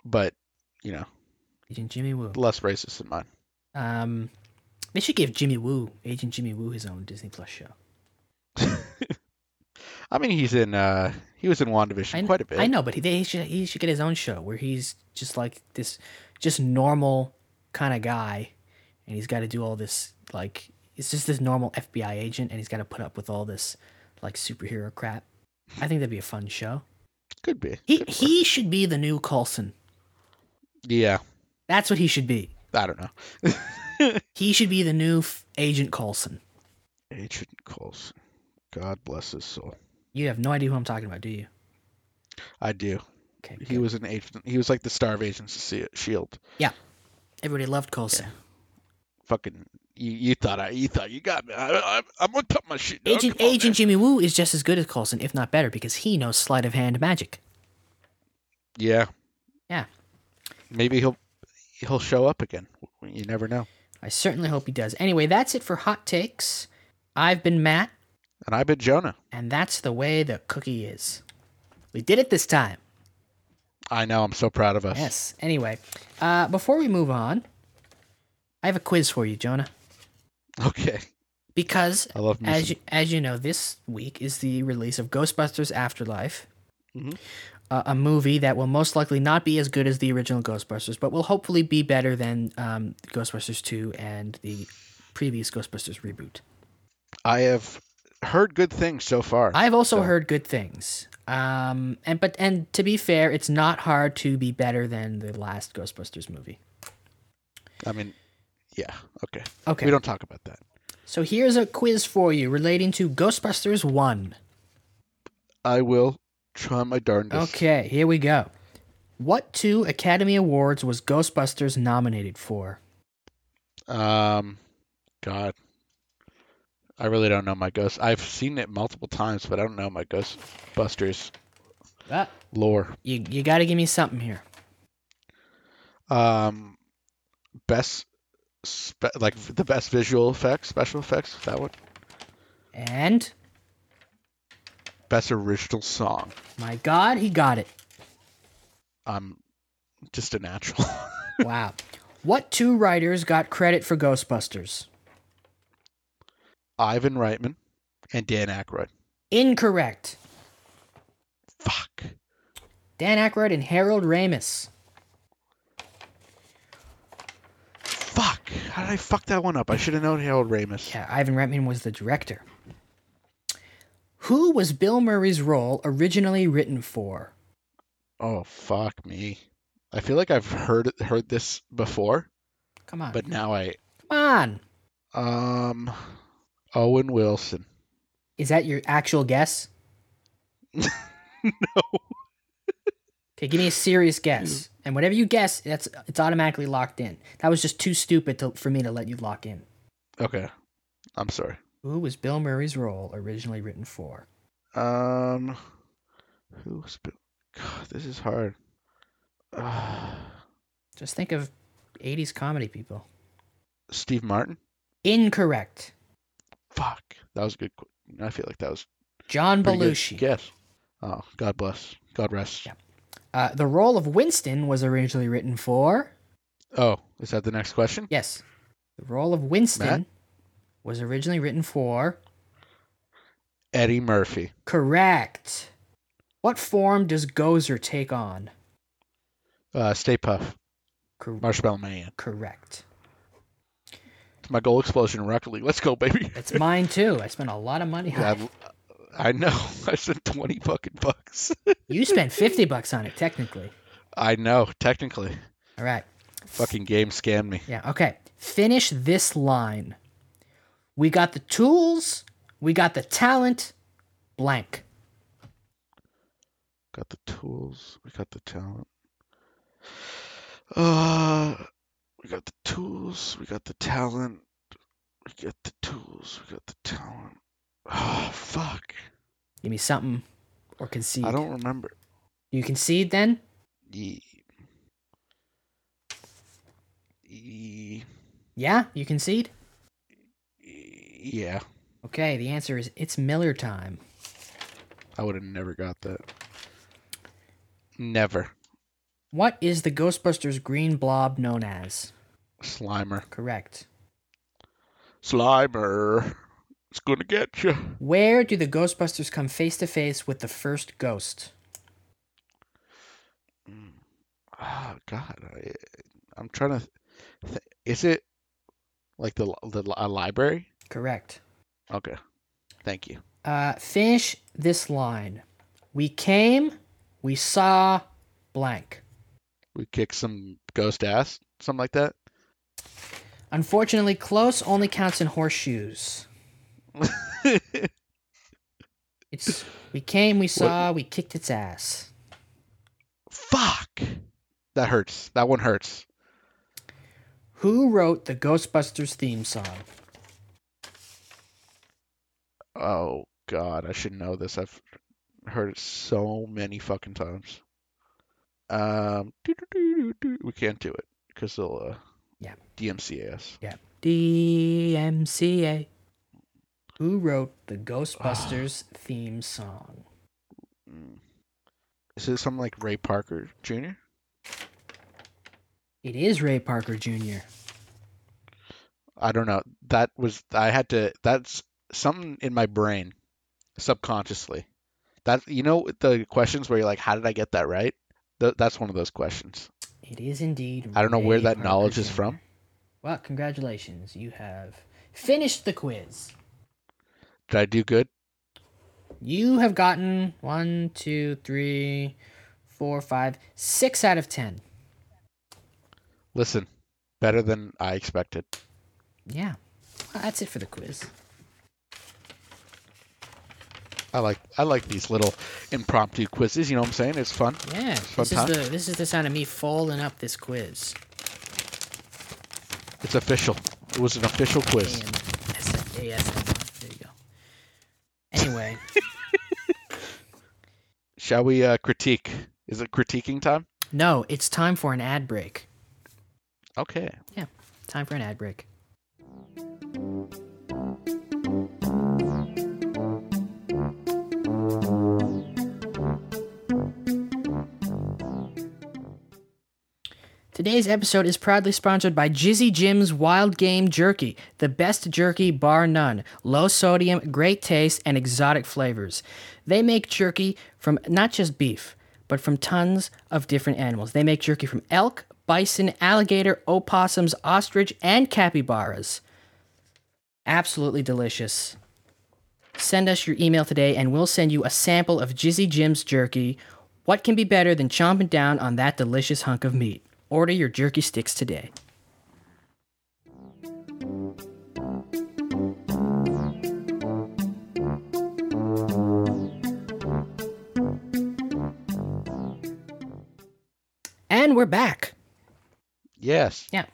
S3: but you know,
S2: Agent Jimmy Woo.
S3: less racist than mine.
S2: Um they should give Jimmy Woo, Agent Jimmy Woo his own Disney Plus show.
S3: I mean, he's in. Uh, he was in WandaVision
S2: I, kn-
S3: quite a bit.
S2: I know, but he, they should he should get his own show where he's just like this just normal kind of guy and he's got to do all this like it's just this normal FBI agent and he's got to put up with all this like superhero crap. I think that'd be a fun show.
S3: Could be.
S2: He he should be the new Coulson.
S3: Yeah,
S2: That's what he should be.
S3: I don't know.
S2: He should be the new f- Agent Coulson.
S3: Agent Coulson. God bless his soul.
S2: You have no idea who I'm talking about, do you?
S3: I do.
S2: Okay.
S3: He was an agent. He was like the star of Agents of Shield.
S2: Everybody loved Coulson.
S3: Fucking, you, you thought I, you thought you got me. I, I, I'm on top of my shit. dog.
S2: Agent
S3: Come on,
S2: Agent Jimmy Woo is just as good as Coulson, if not better, because he knows sleight of hand magic.
S3: man. Yeah.
S2: Yeah.
S3: Maybe he'll he'll show up again. You never know.
S2: I certainly hope he does. Anyway, that's it for hot takes. I've been Matt,
S3: And I bet Jonah.
S2: and that's the way the cookie is. We did it this time.
S3: I know. I'm so proud of us.
S2: Yes. Anyway, uh, before we move on, I have a quiz for you, Jonah.
S3: Okay.
S2: Because
S3: I love me
S2: as
S3: some-
S2: you, as you know, this week is the release of Ghostbusters Afterlife,
S3: Mhm.
S2: uh, a movie that will most likely not be as good as the original Ghostbusters, but will hopefully be better than um, Ghostbusters Two and the previous Ghostbusters reboot.
S3: I have heard good things so far.
S2: I've also
S3: So-
S2: heard good things. Um, and but and to be fair, it's not hard to be better than the last Ghostbusters movie.
S3: I mean, yeah. Okay.
S2: Okay.
S3: We don't talk about that.
S2: So here's a quiz for you relating to Ghostbusters 1.
S3: I will try my darndest.
S2: Okay, here we go. What two Academy Awards was Ghostbusters nominated for?
S3: Um, God, I really don't know my ghost. I've seen it multiple times, but I don't know my Ghostbusters
S2: Ah,
S3: lore.
S2: you you got to give me something here.
S3: Um, best, spe- like the best visual effects, special effects. That one.
S2: And
S3: Best original song.
S2: my god, he got it.
S3: I'm just a natural.
S2: Wow. what two writers got credit for Ghostbusters?
S3: Ivan Reitman and Dan Aykroyd.
S2: Incorrect.
S3: Fuck.
S2: Dan Aykroyd and Harold Ramis.
S3: Fuck. How did I fuck that one up? I should have known Harold Ramis.
S2: Yeah, Ivan Reitman was the director. Who was Bill Murray's role originally written for?
S3: Oh fuck me. I feel like I've heard heard this before,
S2: Come on.
S3: but now I
S2: Come on.
S3: Um, Owen Wilson.
S2: Is that your actual guess?
S3: No.
S2: Okay, give me a serious guess. And whatever you guess, that's it's automatically locked in. That was just too stupid to, for me to let you lock in.
S3: Okay, I'm sorry.
S2: Who was Bill Murray's role originally written for?
S3: Um, who's been? God, this is hard. Uh,
S2: Just think of 80s comedy people.
S3: Steve Martin.
S2: Incorrect.
S3: Fuck, that was a good. qu- I feel like that was
S2: John
S3: pretty good
S2: Belushi.
S3: guess. Oh, God bless. God rest.
S2: Yeah. Uh, the role of Winston was originally written for.
S3: Oh, is that the next question?
S2: Yes. The role of Winston
S3: Matt?
S2: was originally written for.
S3: Eddie Murphy.
S2: Correct. What form does Gozer take on?
S3: Uh, Stay Puff.
S2: Cor-
S3: Marshmallow Man.
S2: correct.
S3: It's my goal explosion. Rocket League. Let's go, baby.
S2: It's mine too. I spent a lot of money on it.
S3: I, I know. I spent twenty fucking bucks.
S2: You spent 50 bucks on it, technically.
S3: I know. Technically.
S2: All right.
S3: Fucking game scammed me.
S2: Yeah. Okay. Finish this line. We got the tools. We got the talent. Blank.
S3: Got the tools. We got the talent. Uh, we got the tools. We got the talent. We got the tools. We got the talent. Oh fuck!
S2: Give me something or concede.
S3: I don't remember.
S2: You concede then?
S3: E. E.
S2: Yeah. You concede?
S3: Yeah,
S2: Okay. The answer is it's Miller time.
S3: I would have never got that. Never.
S2: What is the Ghostbusters green blob known as?
S3: Slimer.
S2: Correct.
S3: Slimer. It's gonna get you.
S2: Where do the Ghostbusters come face to face with the first ghost?
S3: Oh God, I, I'm trying to. Th- th- is it like the li- the li- a library?
S2: Correct.
S3: Okay, thank you.
S2: Uh, finish this line. We came, we saw, blank.
S3: We kick some ghost ass, something like that.
S2: Unfortunately, close only counts in horseshoes. It's We came, we saw, we kicked its ass.
S3: Fuck. That hurts. That one hurts.
S2: Who wrote the Ghostbusters theme song?
S3: Oh god, I should know this. I've heard it so many fucking times. Um, doo-doo-doo-doo-doo. we can't do it because they'll uh,
S2: Yeah.
S3: DMCA us.
S2: Yeah. DMCA. Who wrote the Ghostbusters theme song?
S3: Mm. Is it something like Ray Parker Jr.?
S2: It is Ray Parker Jr.
S3: I don't know. That was I had to. That's something in my brain, subconsciously. That you know the questions where you're like, how did I get that right? Th- that's one of those questions.
S2: It is indeed.
S3: I don't know where
S2: Ray
S3: that
S2: Parker
S3: knowledge is
S2: Jr..
S3: from.
S2: Well, congratulations. You have finished the quiz.
S3: Did I do good?
S2: You have gotten one, two, three, four, five, six out of ten.
S3: Listen, better than I expected.
S2: Yeah. Well, that's it for the quiz.
S3: I like I like these little impromptu quizzes. You know what I'm saying? It's fun.
S2: Yeah.
S3: Fun
S2: this is
S3: time.
S2: the this is the sound of me folding up this quiz.
S3: It's official. It was an official quiz.
S2: And that's the- yeah, that's the one. There you go. Anyway,
S3: Shall we uh, critique? Is it critiquing time?
S2: no, it's time for an ad break.
S3: Okay.
S2: Yeah, time for an ad break. Today's episode is proudly sponsored by Jizzy Jim's Wild Game Jerky, the best jerky bar none. Low sodium, great taste, and exotic flavors. They make jerky from not just beef, but from tons of different animals. They make jerky from elk, bison, alligator, opossums, ostrich, and capybaras. Absolutely delicious. Send us your email today and we'll send you a sample of Jizzy Jim's jerky. What can be better than chomping down on that delicious hunk of meat? Order your jerky sticks today. And we're back.
S3: Yes.
S2: Yeah.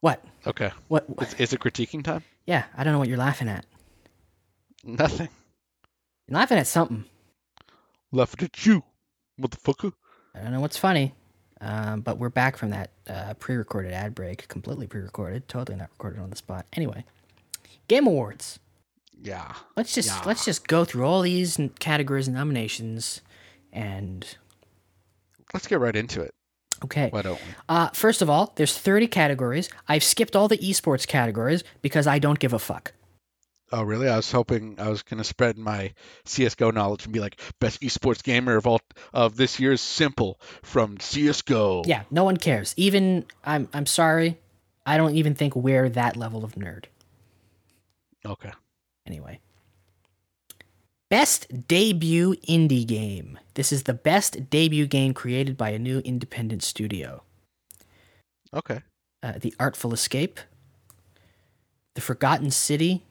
S2: what?
S3: Okay.
S2: What?
S3: Is, is it critiquing time?
S2: Yeah, I don't know what you're laughing at.
S3: Nothing.
S2: You're laughing at something.
S3: Left at you, motherfucker.
S2: I don't know what's funny, um, but we're back from that uh, pre-recorded ad break, completely pre-recorded, totally not recorded on the spot. Anyway, Game Awards.
S3: Yeah.
S2: Let's just let's just go through all these n- categories and nominations, and
S3: Let's get right into it.
S2: okay.
S3: Why don't we?
S2: Uh, first of all, there's 30 categories. I've skipped all the esports categories because I don't give a fuck.
S3: Oh, really? I was hoping I was gonna spread my CS:GO knowledge and be like, best esports gamer of all of this year is Simple from CS:GO.
S2: Yeah, no one cares. Even I'm I'm sorry, I don't even think we're that level of nerd.
S3: Okay.
S2: anyway. Best debut indie game. This is the best debut game created by a new independent studio.
S3: Okay.
S2: Uh, the Artful Escape, The Forgotten City,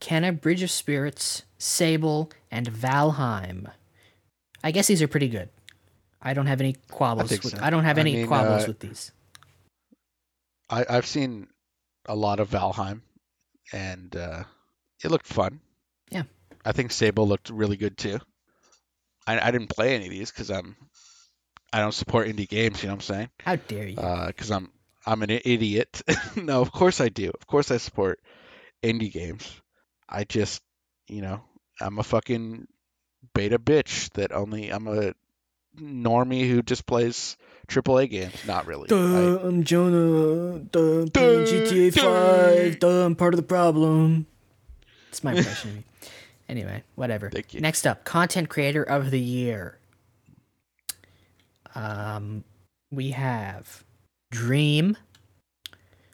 S2: Kenna Bridge of Spirits, Sable, and Valheim. I guess these are pretty good. I don't have any quabbles.
S3: think
S2: with,
S3: so.
S2: I don't have
S3: I
S2: any
S3: mean,
S2: quabbles
S3: uh,
S2: with these.
S3: I I've seen a lot of Valheim, and uh, it looked fun.
S2: Yeah.
S3: I think Sable looked really good too. I I didn't play any of these because I'm I don't support indie games. You know what I'm saying?
S2: How dare you?
S3: because Uh, I'm I'm an idiot. no, of course I do. Of course I support indie games. I just, you know, I'm a fucking beta bitch that only I'm a normie who just plays AAA games. Not really. I,
S2: I'm Jonah. Duh, I'm
S3: playing GTA five.
S2: Duh, I'm part of the problem. It's my impression of you. Anyway, whatever.
S3: Thank you.
S2: Next up, content creator of the year. Um, we have Dream,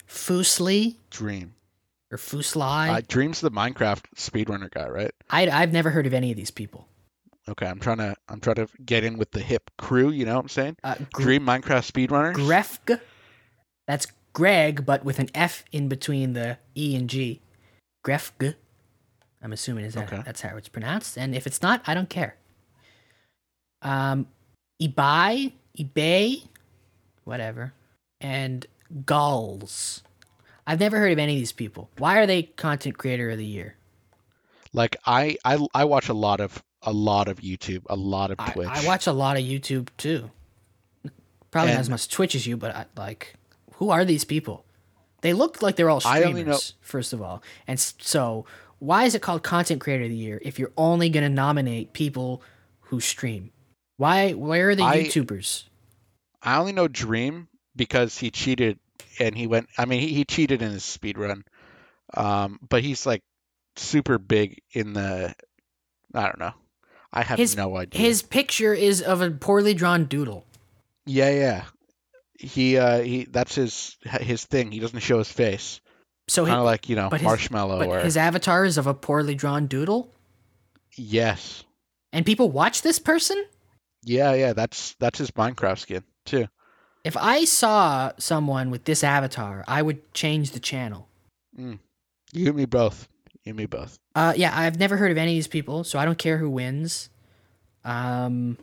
S2: Foosly
S3: Dream.
S2: or Foosly.
S3: Uh,
S2: I,
S3: Dream's the Minecraft speedrunner guy, right?
S2: I have never heard of any of these people.
S3: Okay, I'm trying to I'm trying to get in with the hip crew. You know what I'm saying?
S2: Uh, Gr-
S3: Dream Minecraft speedrunner.
S2: Grefg. That's Greg, but with an F in between the E and G. Grefg. I'm assuming is that,
S3: Okay.
S2: that's how it's pronounced. And if it's not, I don't care. Um, Ibai, Ebay, whatever, and Gulls. I've never heard of any of these people. Why are they content creator of the year?
S3: Like I, I, I watch a lot of a lot of YouTube, a lot of
S2: I,
S3: Twitch.
S2: I watch a lot of YouTube too. Probably not as
S3: And-
S2: much Twitch as you, but I, like, who are these people? They look like they're all
S3: I
S2: streamers,
S3: only know-
S2: first of all. And s- so, why is it called Content Creator of the Year if you're only going to nominate people who stream? Why? Where are the
S3: I-
S2: YouTubers?
S3: I only know Dream because he cheated and he went. I mean, he, he cheated in his speed run, um, but he's like super big in the. I don't know. I have
S2: His-
S3: no idea.
S2: His picture is of a poorly drawn doodle.
S3: yeah, yeah. He uh he that's his his thing. He doesn't show his face.
S2: So, he,
S3: Kind of like you know
S2: but his-
S3: marshmallow
S2: but
S3: or
S2: his avatar is of a poorly drawn doodle,
S3: yes.
S2: and people watch this person.
S3: Yeah, yeah. That's that's his Minecraft skin too.
S2: If I saw someone with this avatar, I would change the channel.
S3: You and me both. You and me both.
S2: Uh, yeah, I've never heard of any of these people, so I don't care who wins. Um,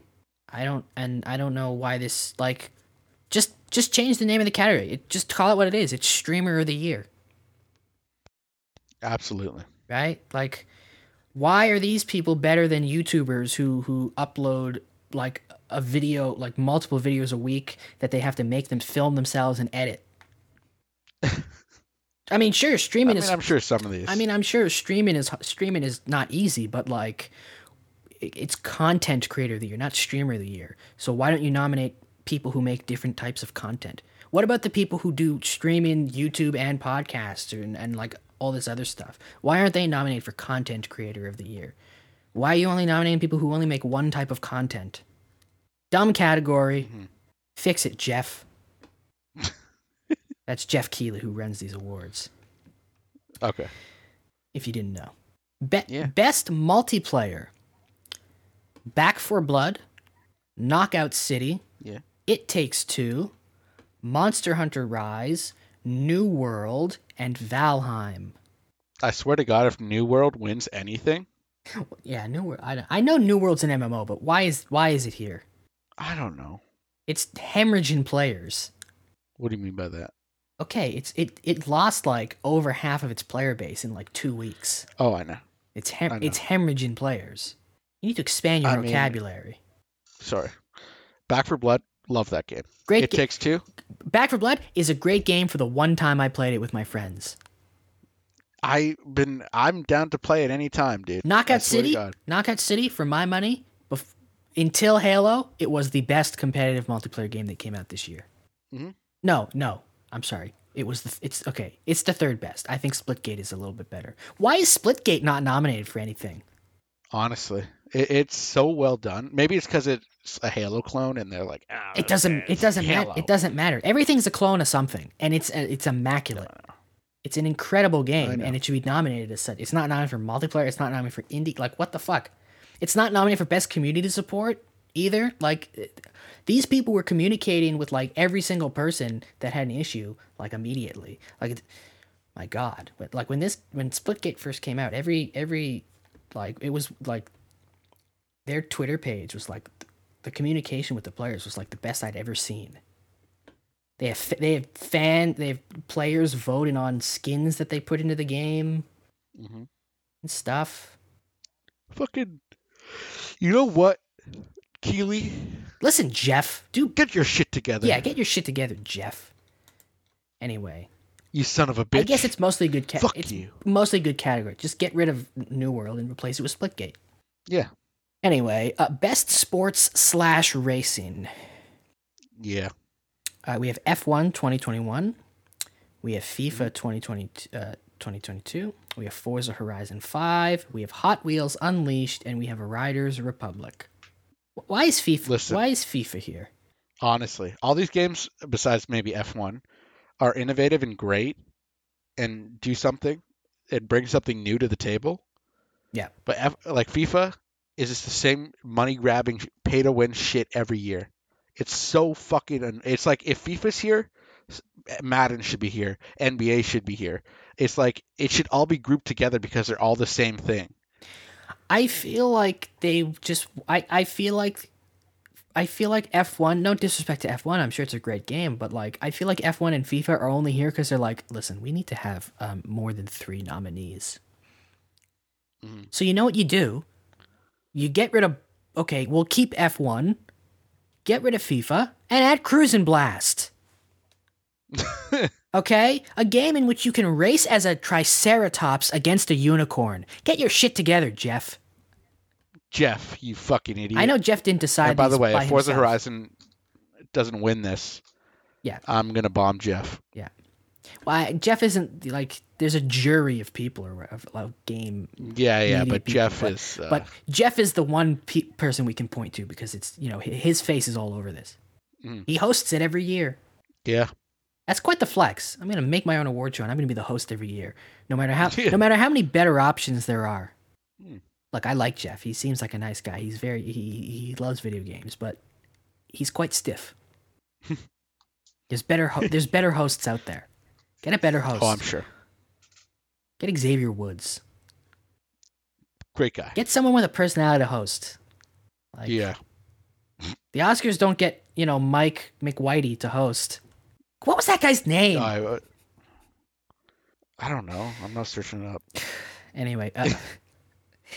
S2: I don't, and I don't know why this like, just just change the name of the category. It, just call it what it is. It's streamer of the year,
S3: Absolutely.
S2: right? Like, why are these people better than YouTubers who who upload like a video, like multiple videos a week that they have to make them film themselves and edit? I mean, sure,
S3: I
S2: streaming
S3: mean,
S2: is
S3: I'm sure some of these.
S2: I mean, I'm sure streaming is streaming is not easy, but like, i- it's content creator of the year, not streamer of the year. So why don't you nominate people who make different types of content? What about the people who do streaming, YouTube, and podcasts, and, and like all this other stuff? Why aren't they nominated for content creator of the year? Why are you only nominating people who only make one type of content? Dumb category. Fix it, Jeff. That's Jeff Keeley who runs these awards
S3: okay.
S2: if you didn't know. Be-
S3: Yeah.
S2: Best multiplayer Back for Blood, Knockout City,
S3: Yeah.
S2: It Takes Two, Monster Hunter Rise, New World, and Valheim.
S3: I swear to God, if New World wins anything,
S2: Yeah, New World. I, don't- I know New World's an MMO, but why is why is it here?
S3: I don't know.
S2: It's hemorrhaging players.
S3: What do you mean by that?
S2: Okay, it's it it lost like over half of its player base in like two weeks.
S3: Oh, I know.
S2: It's hem-
S3: I know.
S2: it's hemorrhaging players. You need to expand your
S3: I mean-
S2: vocabulary.
S3: Sorry. Back for Blood. Love that game.
S2: Great
S3: it
S2: ga-
S3: takes two.
S2: Back for Blood is a great game for the one time I played it with my friends.
S3: I've been. I'm down to play it any time, dude. I
S2: Knockout
S3: swear to
S2: City,
S3: God.
S2: Knockout City, for my money, bef- until Halo, it was the best competitive multiplayer game that came out this year.
S3: Mhm.
S2: No, no, I'm sorry. It was the it's okay. It's the third best. I think Splitgate is a little bit better. Why is Splitgate not nominated for anything?
S3: Honestly, it, it's so well done. Maybe it's because it's a Halo clone, and they're like, ah,
S2: It doesn't. It
S3: it's
S2: doesn't matter.
S3: Halo."
S2: It doesn't matter. Everything's a clone of something, and it's uh, it's immaculate. It's an incredible game,
S3: know.
S2: and it should be nominated as such. It's not nominated for multiplayer. It's not nominated for indie. Like what the fuck? It's not nominated for best community support either. Like it- these people were communicating with like every single person that had an issue like immediately. Like it- my god, but like when this when Splitgate first came out, every every like it was like their Twitter page was like th- the communication with the players was like the best I'd ever seen. They have f- they have fan they have players voting on skins that they put into the game Mm-hmm.
S3: Mhm.
S2: and stuff.
S3: Fucking. You know what, Keely?
S2: Listen, Jeff, do
S3: Get your shit together.
S2: yeah, get your shit together, Jeff. Anyway,
S3: You son of a bitch.
S2: I guess it's mostly good. Ca-
S3: Fuck
S2: it's
S3: you.
S2: mostly good category. Just get rid of New World and replace it with Splitgate.
S3: Yeah.
S2: Anyway, uh, best sports slash racing.
S3: Yeah.
S2: Uh, we have F1 2021. We have FIFA 2020, uh, 2022. We have Forza Horizon 5. We have Hot Wheels Unleashed. And we have a Riders Republic. Wh- Why is FIFA?
S3: Listen.
S2: Why is FIFA here?
S3: Honestly, all these games, besides maybe F1, are innovative and great and do something and bring something new to the table.
S2: Yeah.
S3: But F, like FIFA is just the same money grabbing, pay to win shit every year. It's so fucking. Un- it's like if FIFA's here, S- Madden should be here, NBA should be here. It's like it should all be grouped together because they're all the same thing.
S2: I feel like they just I, I feel like I feel like F1, no disrespect to F1, I'm sure it's a great game, but like I feel like F1 and FIFA are only here cuz they're like, listen, we need to have um, more than 3 nominees.
S3: Mhm.
S2: So you know what you do? You get rid of okay, we'll keep F1, get rid of FIFA and add Cruise and Blast. Okay? A game in which you can race as a triceratops against a unicorn. Get your shit together, Jeff.
S3: Jeff, you fucking idiot.
S2: I know Jeff didn't decide.
S3: And by the
S2: these
S3: way, if Forza
S2: himself.
S3: Horizon doesn't win this,
S2: Yeah.
S3: I'm gonna bomb Jeff.
S2: Why Jeff isn't like there's a jury of people or of, of game,
S3: Yeah, yeah,
S2: Media
S3: but
S2: people,
S3: Jeff
S2: but-
S3: is. Uh,
S2: but Jeff is the one pe- person we can point to because it's you know hi- his face is all over this.
S3: Mm.
S2: He hosts it every year.
S3: yeah,
S2: That's quite the flex. I'm gonna make my own award show and I'm gonna be the host every year, no matter how
S3: Yeah.
S2: no matter how many better options there are.
S3: Mm.
S2: Look, I like Jeff. He seems like a nice guy. He's very he he he loves video games, but he's quite stiff. there's better ho- there's better hosts out there. Get a better host.
S3: oh, I'm sure.
S2: Get Xavier Woods.
S3: Great guy.
S2: Get someone with a personality to host. Like,
S3: yeah,
S2: The Oscars don't get you know Mike McWhitey to host. What was that guy's name?
S3: I, uh, I don't know. I'm not searching it up.
S2: Anyway, uh,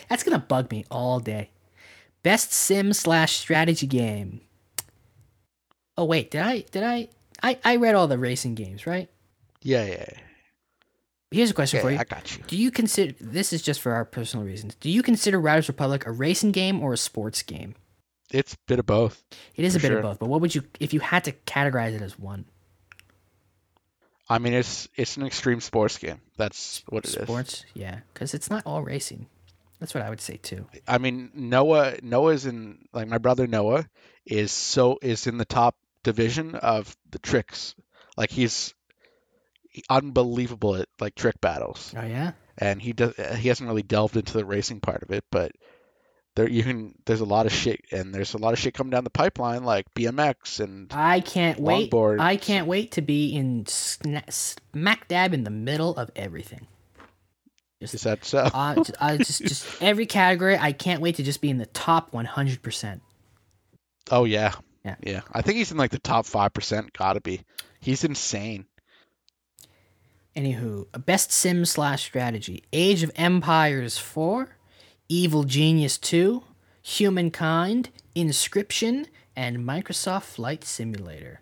S2: that's gonna bug me all day. Best sim slash strategy game. Oh wait, did I did I I I read all the racing games right?
S3: Yeah, yeah, yeah.
S2: Here's a question for
S3: Okay,
S2: you.
S3: I got you.
S2: Do you consider this is just for our personal reasons? Do you consider Riders Republic a racing game or a sports game?
S3: It's a bit of both.
S2: It is a
S3: For
S2: bit
S3: sure.
S2: of both, but what would you if you had to categorize it as one?
S3: I mean, it's it's an extreme sports game. That's what it is.
S2: sports yeah because it's not all racing that's what i would say too
S3: I mean, Noah Noah's in like my brother Noah is so is in the top division of the tricks. Like he's unbelievable at like trick battles,
S2: oh yeah
S3: and he does he hasn't really delved into the racing part of it, but there you can there's a lot of shit and there's a lot of shit coming down the pipeline like BMX and
S2: i can't wait
S3: Longboard.
S2: i can't wait to be in sna- smack dab in the middle of everything
S3: is that so?
S2: I, ju- I just just every category i can't wait to just be in the top 100%
S3: Oh yeah.
S2: Yeah.
S3: Yeah. I think he's in like the top 5%, got to be. He's insane.
S2: anywho best sim slash strategy age of empires 4 evil genius 2 humankind inscription and microsoft flight simulator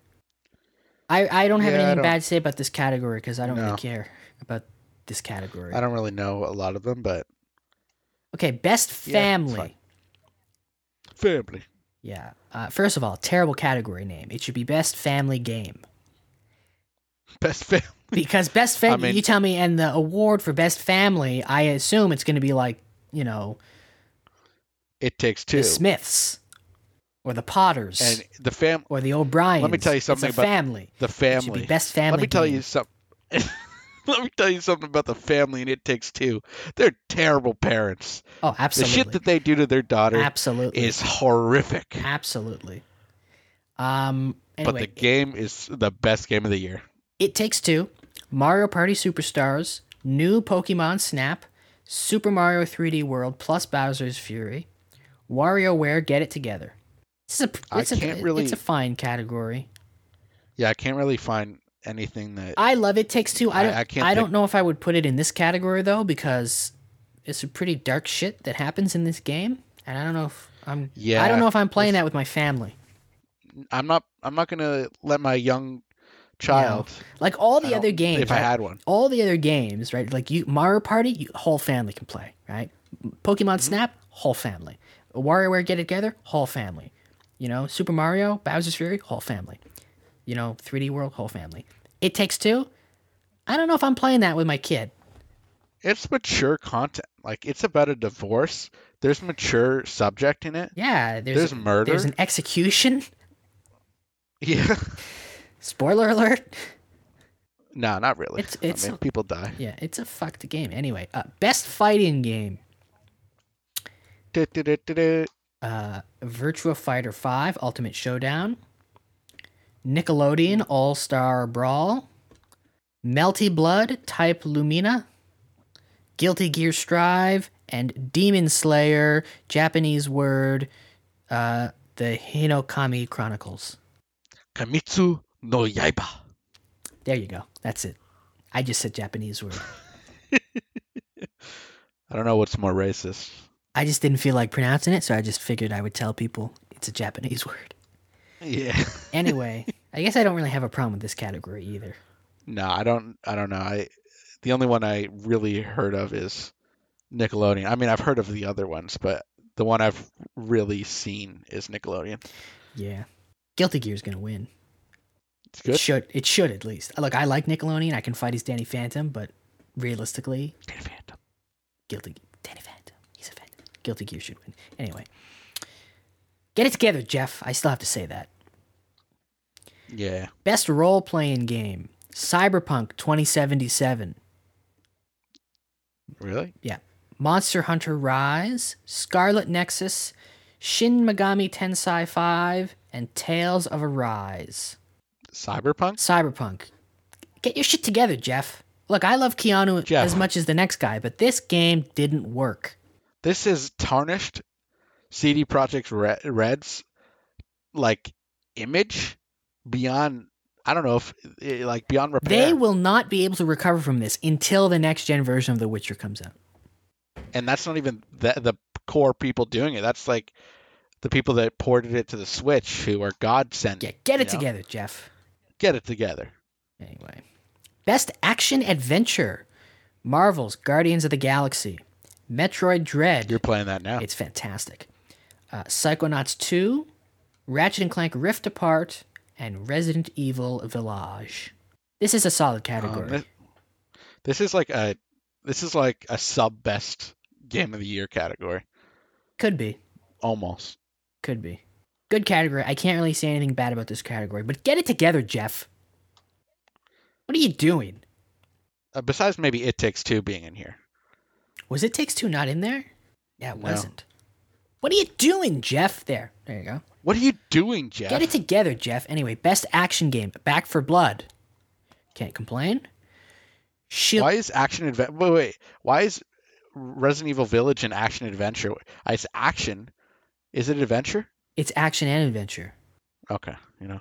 S2: i, I don't have
S3: Yeah, I
S2: anything
S3: don't-
S2: bad to say about this category because i don't
S3: No.
S2: really care about this category
S3: I don't really know a lot of them, but
S2: okay best
S3: Yeah, it's
S2: family
S3: fine. family.
S2: Yeah. Uh, first of all, terrible category name. It should be best family game
S3: Best family.
S2: because best family.
S3: mean-
S2: you tell me, and the award for best family, I assume it's going to be like you know
S3: It takes two.
S2: the Smiths or the Potters
S3: and the fam
S2: or the O'Briens.
S3: Let me tell you something
S2: it's a
S3: about
S2: family.
S3: the
S2: It should
S3: family.
S2: be best family.
S3: Let me tell you
S2: game.
S3: something. Let me tell you something about the family and it takes two. They're terrible parents.
S2: Oh, absolutely.
S3: The shit that they do to their daughter
S2: absolutely.
S3: is horrific.
S2: absolutely. Um. Anyway,
S3: But the game is the best game of the year.
S2: It Takes Two, Mario Party Superstars, New Pokemon Snap, Super Mario 3D World plus Bowser's Fury, WarioWare Get It Together. This is a,
S3: I
S2: it's, a-
S3: can't really-
S2: it's a fine category.
S3: Yeah, I can't really find anything that
S2: I love It Takes Two. I
S3: I-
S2: don't, I,
S3: I can't
S2: don't
S3: pick-
S2: know if I would put it in this category though because it's some pretty dark shit that happens in this game, and I don't know if I'm. Yeah, I
S3: Yeah,
S2: don't know if I'm playing that with my family.
S3: I'm not I'm not gonna let my young child
S2: Like all the
S3: I
S2: other
S3: don't-
S2: games,
S3: if I
S2: right?
S3: had one.
S2: all the other games, right? Like you, Mario Party, you, whole family can play, right?
S3: Mm-hmm.
S2: Pokemon Snap, whole family. WarioWare Get It Together, whole family. You know, Super Mario, Bowser's Fury, whole family. You know, 3D World, whole family. It Takes Two. I don't know if I'm playing that with my kid.
S3: it's mature content. Like it's about a divorce. There's mature subject in it.
S2: Yeah, there's
S3: There's murder.
S2: There's an execution.
S3: Yeah.
S2: Spoiler alert.
S3: no, not really.
S2: It's- it's-
S3: I mean, people die.
S2: Yeah, it's a fucked game. Anyway, uh, best fighting game.
S3: Du-du-du-du-du.
S2: uh, Virtua Fighter 5 Ultimate Showdown, Nickelodeon All Star Brawl, Melty Blood Type Lumina, Guilty Gear Strive, and Demon Slayer Japanese word, uh, the Hinokami Chronicles.
S3: Kamitsu no Yaiba.
S2: There you go. That's it. I just said Japanese word.
S3: I don't know what's more racist.
S2: I just didn't feel like pronouncing it, so I just figured I would tell people it's a Japanese word.
S3: Yeah.
S2: Anyway, I guess I don't really have a problem with this category either.
S3: No, I don't. I don't know. I the only one I really heard of is Nickelodeon. I mean, I've heard of the other ones, but the one I've really seen is Nickelodeon.
S2: Yeah. Guilty Gear's going to win.
S3: It's
S2: It
S3: good.
S2: should. It should at least. Look, I like Nickelodeon. I can fight as Danny Phantom, but realistically,
S3: Danny Phantom.
S2: Guilty Danny Phantom. He's a phantom. Guilty Gear should win. Anyway. Get it together, Jeff. I still have to say that.
S3: Yeah.
S2: Best role playing game Cyberpunk 2077.
S3: Really?
S2: Yeah. Monster Hunter Rise, Scarlet Nexus, Shin Megami Tensei 5, and Tales of Arise.
S3: Cyberpunk?
S2: Cyberpunk. Get your shit together, Jeff. Look, I love Keanu
S3: Jeff.
S2: as much as the next guy, but this game didn't work.
S3: This is tarnished CD Projekt Re- Red's like image beyond. I don't know if eh, like beyond repair.
S2: They will not be able to recover from this until the next gen version of The Witcher comes out.
S3: and that's not even the, the core people doing it. That's like the people that ported it to the Switch who are godsend.
S2: Yeah, get it
S3: you know?
S2: together, Jeff.
S3: Get it together.
S2: Anyway. Best action adventure Marvel's Guardians of the Galaxy, Metroid Dread.
S3: You're playing that now.
S2: It's fantastic. Uh, Psychonauts 2, Ratchet and Clank Rift Apart, and Resident Evil Village. This is a solid
S3: Um,
S2: category.
S3: thi- this is like a this is like a sub best game of the year category
S2: could be.
S3: almost.
S2: Could be. Good category. I can't really say anything bad about this category, but get it together, Jeff. What are you doing?
S3: Uh, besides maybe It Takes Two being in here.
S2: Was It Takes Two not in there? Yeah, it
S3: No.
S2: wasn't. What are you doing, Jeff? There. There you go.
S3: What are you doing, Jeff?
S2: Get it together, Jeff. Anyway, best action game Back for Blood. Can't complain. Shield.
S3: Why is action adventure? Wait, wait. Why is Resident Evil Village an action adventure? It's action. Is it adventure?
S2: It's action and adventure.
S3: Okay, you know.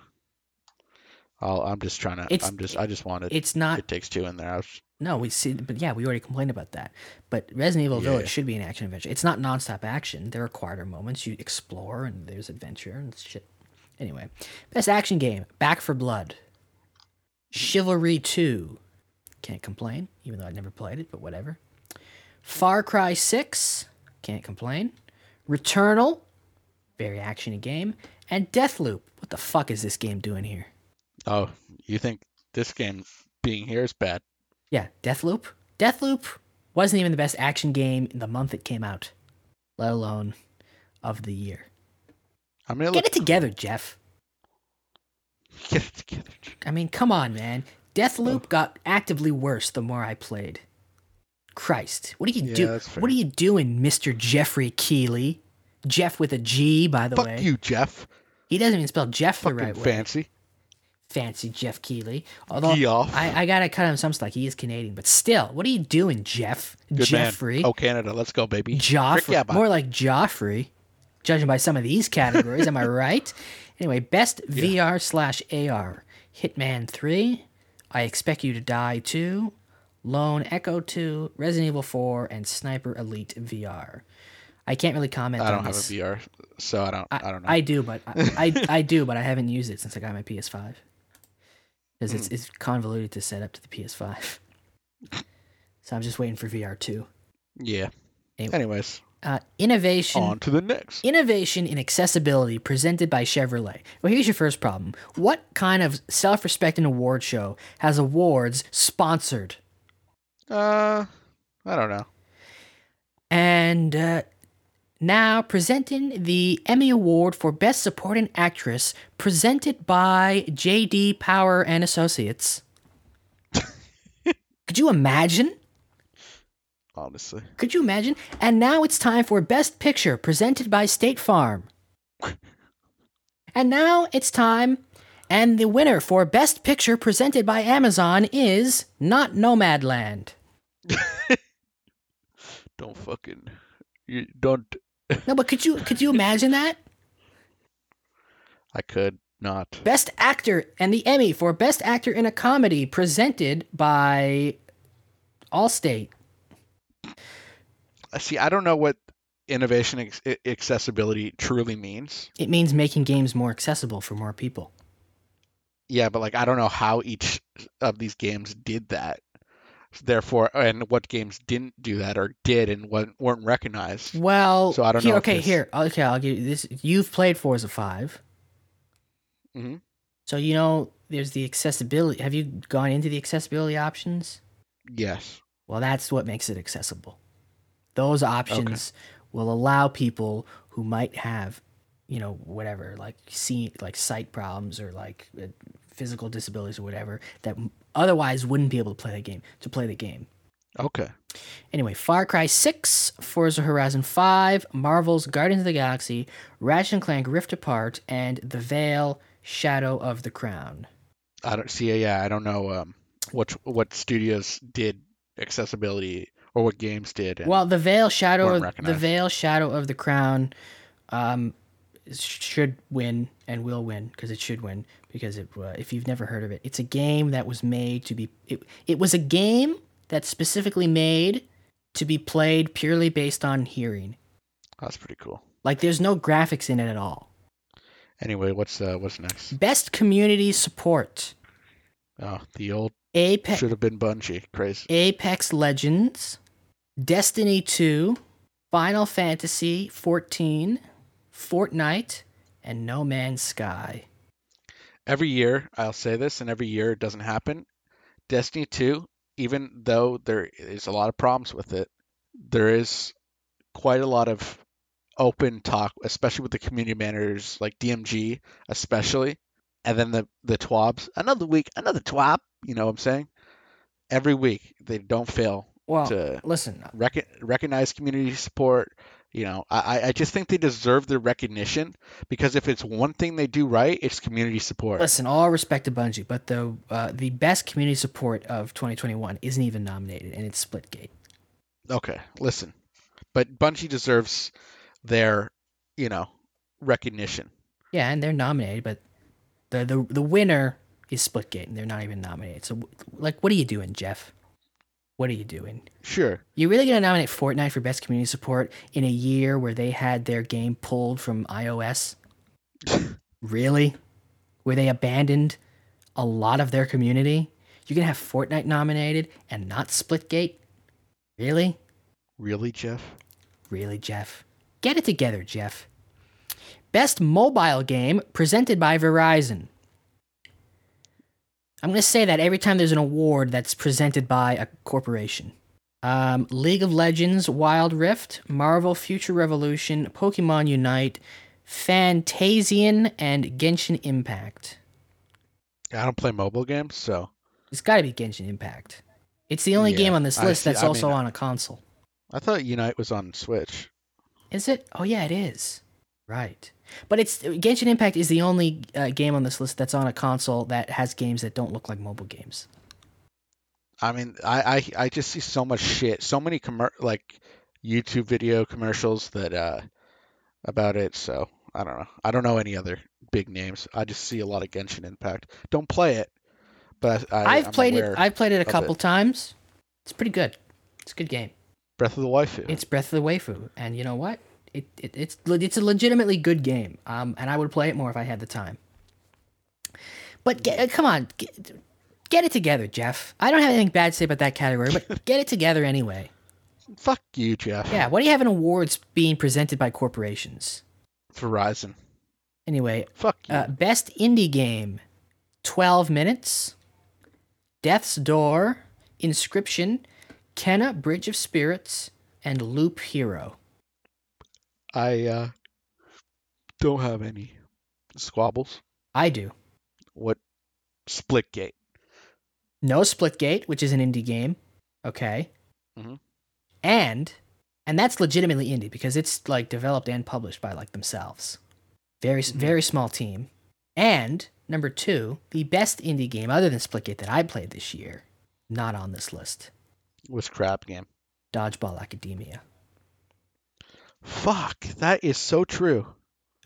S3: I'll, I'm just trying to.
S2: It's-
S3: I'm just. I just wanted.
S2: It's not.
S3: It takes two in there. I was,
S2: no, we see, but yeah, we already complained about that. But Resident Evil
S3: Yeah.
S2: Village should be an action adventure. It's not nonstop action. There are quieter moments. You explore and there's adventure and shit. Anyway, best action game: Back for Blood, Chivalry Two. Can't complain, even though I never played it, but whatever. Far Cry Six. Can't complain. Returnal, very actiony game, and Deathloop. What the fuck is this game doing here?
S3: oh, you think this game being here is bad?
S2: Yeah, Deathloop. Deathloop wasn't even the best action game in the month it came out, let alone of the year.
S3: I'm gonna
S2: Get
S3: look.
S2: it together, Jeff.
S3: Get it together. Jeff.
S2: I mean, come on, man.
S3: Oh.
S2: Deathloop got actively worse the more I played. Christ, what are you
S3: Yeah,
S2: do?
S3: that's fair.
S2: What are you doing, Mister Jeffrey Keeley? Jeff with a G, by the
S3: Fuck
S2: way.
S3: you, Jeff.
S2: He doesn't even spell Jeff the
S3: Fucking
S2: right way.
S3: fancy.
S2: Fancy Jeff Keeley. Although
S3: Gee off.
S2: I, I gotta cut him some slack. He is Canadian, but still, what are you doing, Jeff?
S3: Good
S2: Jeffrey.
S3: man. Oh, Canada, let's go, baby. Frick
S2: Joffrey,
S3: yeah, bud.
S2: more like Joffrey, judging by some of these categories. am I right? Anyway, best VR slash AR: Hitman Three, I Expect You to Die Two, Lone Echo Two, Resident Evil Four, and Sniper Elite VR. I can't really comment.
S3: I don't
S2: on
S3: have a
S2: this.
S3: VR, so I don't. I, don't know.
S2: I do, but I, I, I do, but I haven't used it since I got my PS5 because
S3: Hmm.
S2: it's it's convoluted to set up to the PS5. So I'm just waiting for VR two.
S3: yeah.
S2: Anyway.
S3: Anyways,
S2: Uh, innovation
S3: on to the next.
S2: Innovation in accessibility presented by Chevrolet. Well, here's your first problem. What kind of self respecting award show has awards sponsored?
S3: Uh, I don't know.
S2: And uh, now presenting the Emmy Award for Best Supporting Actress, presented by J.D. Power and Associates. Could you imagine?
S3: Honestly,
S2: Could you imagine? And now it's time for Best Picture presented by State Farm. and now it's time And the winner for Best Picture presented by Amazon is not Nomadland.
S3: Don't fucking. You don't.
S2: No, but could you could you imagine that?
S3: I could not.
S2: Best Actor and the Emmy for Best Actor in a Comedy presented by Allstate.
S3: Uh, See, I don't know what innovation ex- i- accessibility truly means.
S2: It means making games more accessible for more people.
S3: Yeah, but like I don't know how each of these games did that. Therefore, and what games didn't do that or did and what weren't recognized.
S2: Well,
S3: So I don't
S2: here,
S3: know if
S2: okay,
S3: this-
S2: here, okay, I'll give you this. You've played Forza Five,
S3: Mhm.
S2: so you know there's the accessibility. Have you gone into the accessibility options?
S3: Yes.
S2: Well, that's what makes it accessible. Those options will allow people who might have, you know, whatever, like see, like sight problems or like uh, physical disabilities or whatever that otherwise wouldn't be able to play the game to play the game.
S3: Okay.
S2: Anyway, Far Cry 6, Forza Horizon 5, Marvel's Guardians of the Galaxy, Ratchet and Clank Rift Apart, and The Veil Shadow of the Crown.
S3: I don't see. Yeah, I don't know um, what what studios did accessibility or what games did. and-
S2: Well, The Veil Shadow
S3: Weren't
S2: of, The
S3: recognized.
S2: Veil Shadow of the Crown um, sh- should win and will win because it should win because it uh, if you've never heard of it, it's a game that was made to be it, it was a game that's specifically made to be played purely based on hearing.
S3: that's pretty cool.
S2: Like there's no graphics in it at all.
S3: Anyway, what's uh, what's next?
S2: Best community support.
S3: Oh, the old
S2: Apex
S3: should have been Bungie. Crazy.
S2: Apex Legends, Destiny 2, Final Fantasy 14, Fortnite, and No Man's Sky.
S3: every year I'll say this, and every year it doesn't happen. Destiny 2, even though there is a lot of problems with it, there is quite a lot of open talk, especially with the community managers, like DMG, especially, and then the the twabs. Another week, another twab. You know what I'm saying? Every week they don't fail
S2: Well,
S3: to
S2: listen,
S3: rec- recognize community support. You know, I, I- I just think they deserve the recognition because if it's one thing they do right, it's community support.
S2: listen, all respect to Bungie, but the uh, the best community support of 2021 isn't even nominated, and it's Splitgate.
S3: Okay, listen, but Bungie deserves their, you know, recognition.
S2: Yeah, and they're nominated, but the the, the winner is Splitgate, and they're not even nominated. So, like, what are you doing, Jeff? What are you doing?
S3: Sure.
S2: You're really going to nominate Fortnite for best community support in a year where they had their game pulled from iOS? really? Where they abandoned a lot of their community? You're going to have Fortnite nominated and not Splitgate? Really?
S3: Really, Jeff?
S2: Really, Jeff? Get it together, Jeff. Best mobile game presented by Verizon. I'm going to say that every time there's an award that's presented by a corporation. Um, League of Legends, Wild Rift, Marvel Future Revolution, Pokemon Unite, Fantasian, and Genshin Impact.
S3: I don't play mobile games, so
S2: It's got to be Genshin Impact. It's the only
S3: Yeah,
S2: game on this
S3: I
S2: list
S3: see-
S2: that's
S3: I
S2: also
S3: mean-
S2: on a console.
S3: I thought Unite was on Switch.
S2: Is it? Oh yeah, it is. Right. But it's Genshin Impact is the only uh, game on this list that's on a console that has games that don't look like mobile games.
S3: I mean, I I, I just see so much shit, so many commer- like YouTube video commercials that uh about it. So I don't know. I don't know any other big names. I just see a lot of Genshin Impact. Don't play it, but I, I
S2: I've
S3: I'm
S2: played
S3: aware.
S2: it. I've played it a
S3: of
S2: couple times. It's pretty good. It's a good game.
S3: Breath of the Waifu.
S2: It's Breath of the Waifu, and you know what? It, it it's le- it's a legitimately good game. Um, and I would play it more if I had the time. But get, uh, come on, get, get it together, Jeff. I don't have anything bad to say about that category, but get it together anyway.
S3: Fuck you, Jeff.
S2: Yeah. What do you have in awards being presented by corporations?
S3: Verizon.
S2: Anyway,
S3: Fuck you.
S2: Uh, best indie game 12 minutes death's door inscription kenna bridge of spirits and loop hero
S3: I uh, don't have any squabbles.
S2: i do
S3: What Splitgate?
S2: no splitgate which is an indie game okay
S3: Mhm.
S2: and and that's legitimately indie because it's like developed and published by like themselves very s very small team and Number two, the best indie game other than Splitgate that I played this year, not on this list,
S3: was crap game.
S2: Dodgeball Academia.
S3: Fuck, that is so true.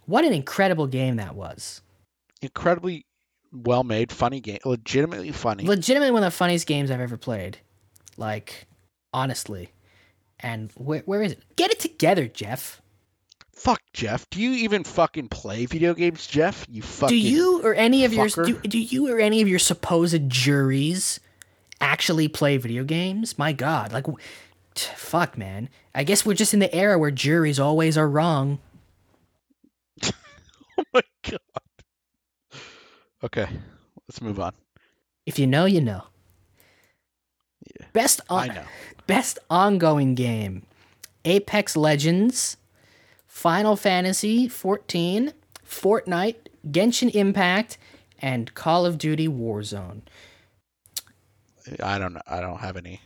S2: What an incredible game that was.
S3: Incredibly well made, funny game, legitimately funny.
S2: Legitimately one of the funniest games I've ever played. Like, honestly. And where, where is it? Get it together, Jeff.
S3: Fuck Jeff. Do you even fucking play video games, Jeff? You fucking
S2: Do you or any of your
S3: fucker.
S2: do, do you or any of your supposed juries actually play video games? My God, like, w- t- fuck, man. I guess we're just in the era where juries always are wrong.
S3: Oh my god. Okay, let's move on.
S2: If you know, you know. Best on-
S3: I know.
S2: best ongoing game: Apex Legends, Final Fantasy 14, Fortnite, Genshin Impact, and Call of Duty Warzone.
S3: I don't. I don't have any.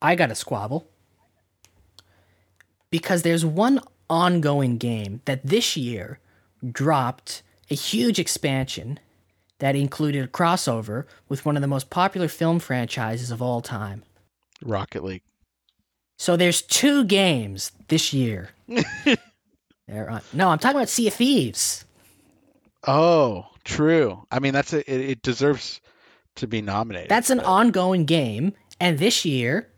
S2: I got a squabble because there's one ongoing game that this year dropped a huge expansion that included a crossover with one of the most popular film franchises of all time.
S3: Rocket League.
S2: So there's two games this year. They're on- no, I'm talking about Sea of Thieves.
S3: Oh, true. I mean, that's a, it, it deserves to be nominated.
S2: That's an ongoing game, and this year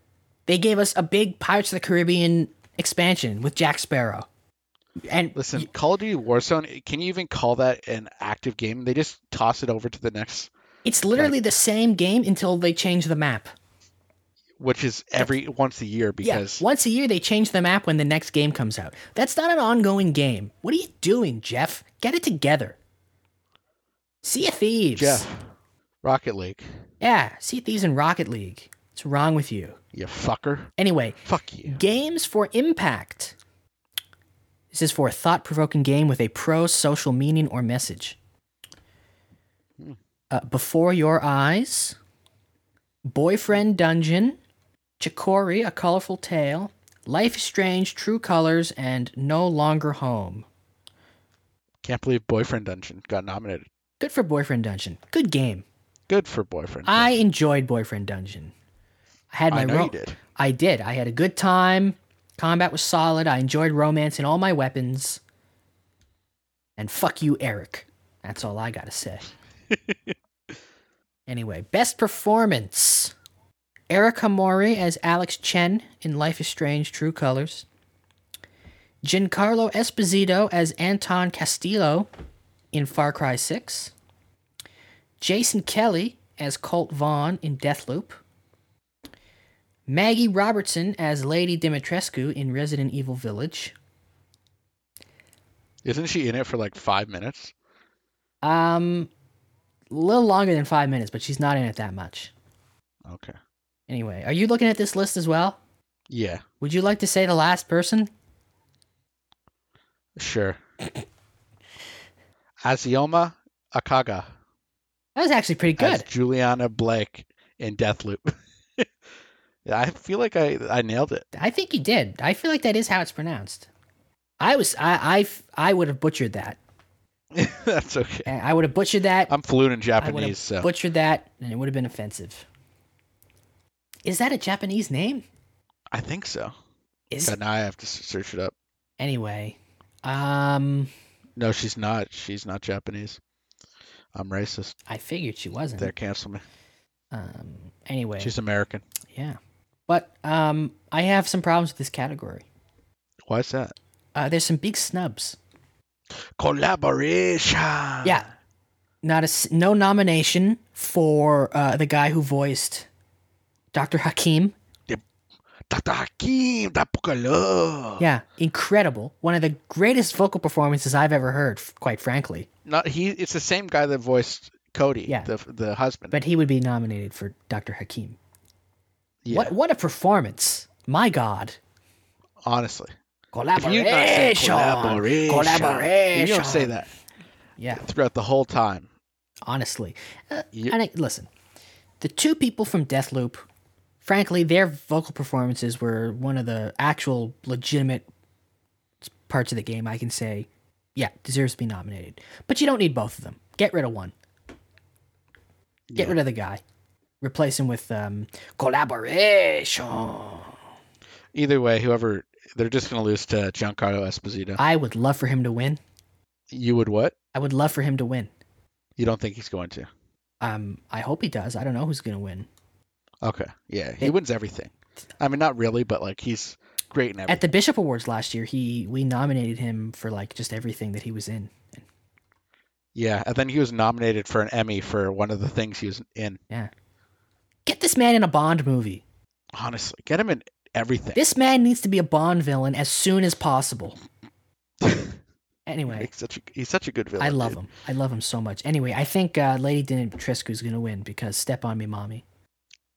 S2: they gave us a big Pirates of the Caribbean expansion with Jack Sparrow. And
S3: Listen, Call of Duty Warzone. Can you even call that an active game? They just toss it over to the next,
S2: It's literally the same game until they change the map.
S3: which is every once a year because
S2: Yeah, once a year they change the map when the next game comes out. That's not an ongoing game. What are you doing, Jeff? Get it together. Sea of Thieves.
S3: Jeff, Rocket League.
S2: Yeah, Sea of Thieves and Rocket League. What's wrong with you?
S3: You fucker.
S2: Anyway,
S3: Fuck you.
S2: Games for Impact. This is for a thought provoking game with a pro social meaning or message. Uh, Before Your Eyes, Boyfriend Dungeon, Chikori, A Colorful Tale, Life is Strange, True Colors, and No Longer Home.
S3: Can't believe Boyfriend Dungeon got nominated.
S2: Good for Boyfriend Dungeon. Good game.
S3: Good for Boyfriend.
S2: I
S3: Dungeon.
S2: enjoyed Boyfriend Dungeon. I had my
S3: I know
S2: ro-
S3: you did.
S2: I did. I had a good time. Combat was solid. I enjoyed romance and all my weapons. And fuck you, Eric. That's all I gotta say. anyway, best performance. Erica Mori as Alex Chen in Life is Strange True Colors. Giancarlo Esposito as Anton Castillo in Far Cry 6. Jason Kelly as Colt Vaughn in Deathloop. Maggie Robertson as Lady Dimitrescu in Resident Evil Village.
S3: Isn't she in it for like five minutes?
S2: Um, a little longer than five minutes, but she's not in it that much.
S3: Okay.
S2: Anyway, are you looking at this list as well?
S3: Yeah.
S2: Would you like to say the last person?
S3: Sure. Asioma Akaga
S2: That was actually pretty
S3: as
S2: good.
S3: Juliana Blake in Deathloop. I feel like I, I nailed it.
S2: I think you did. I feel like that is how it's pronounced. I was I I f- I would have butchered that.
S3: That's okay.
S2: I would have butchered that.
S3: I'm fluent in
S2: I would have
S3: Japanese, so
S2: butchered that, and it would have been offensive. Is that a Japanese name?
S3: I think so.
S2: Is
S3: God, now I have to s- search it up.
S2: anyway. Um,
S3: No, she's not. She's not Japanese. I'm racist.
S2: I figured she wasn't.
S3: There, cancel me.
S2: Um, anyway,
S3: She's American.
S2: yeah. But um, I have some problems with this category.
S3: Why is that?
S2: Uh, there's some big snubs.
S3: Collaboration.
S2: Yeah, not a s- no nomination for uh, the guy who voiced Dr. Hakim.
S3: Dr. Hakim Dapukalo.
S2: Yeah, incredible. One of the greatest vocal performances I've ever heard, f- quite frankly.
S3: Not he. It's the same guy that voiced Cody,
S2: Yeah.
S3: the the husband.
S2: But he would be nominated for Dr. Hakim.
S3: yeah,
S2: What what a performance! My God,
S3: honestly, if you
S2: collaboration,
S3: not say collaboration, if you don't say
S2: collaboration.
S3: that
S2: Yeah,
S3: throughout the whole time.
S2: honestly. Uh,
S3: Ye-
S2: And I, listen, the two people from Deathloop, frankly, their vocal performances were one of the actual legitimate parts of the game I can say, yeah, deserves to be nominated. But you don't need both of them. Get rid of one. Get rid of the guy. Replace him with um, collaboration.
S3: Either way, whoever they're just going to lose to Giancarlo Esposito.
S2: I would love for him to win.
S3: you would what?
S2: I would love for him to win.
S3: You don't think he's going to?
S2: Um, I hope he does. I don't know who's going to win.
S3: Okay. Yeah, he
S2: It-
S3: wins everything. I mean, not really, but like he's great in everything.
S2: At the Bishop Awards last year, he we nominated him for like just everything that he was in.
S3: yeah, and then he was nominated for an Emmy for one of the things he was in.
S2: Get this man in a Bond movie.
S3: Honestly, get him in everything.
S2: This man needs to be a Bond villain as soon as possible.
S3: He
S2: Anyway,
S3: makes such a, he's such a good villain.
S2: I love
S3: dude.
S2: him. I love him so much. Anyway, I think uh, Lady Dimitrescu's going to win because Step on Me Mommy.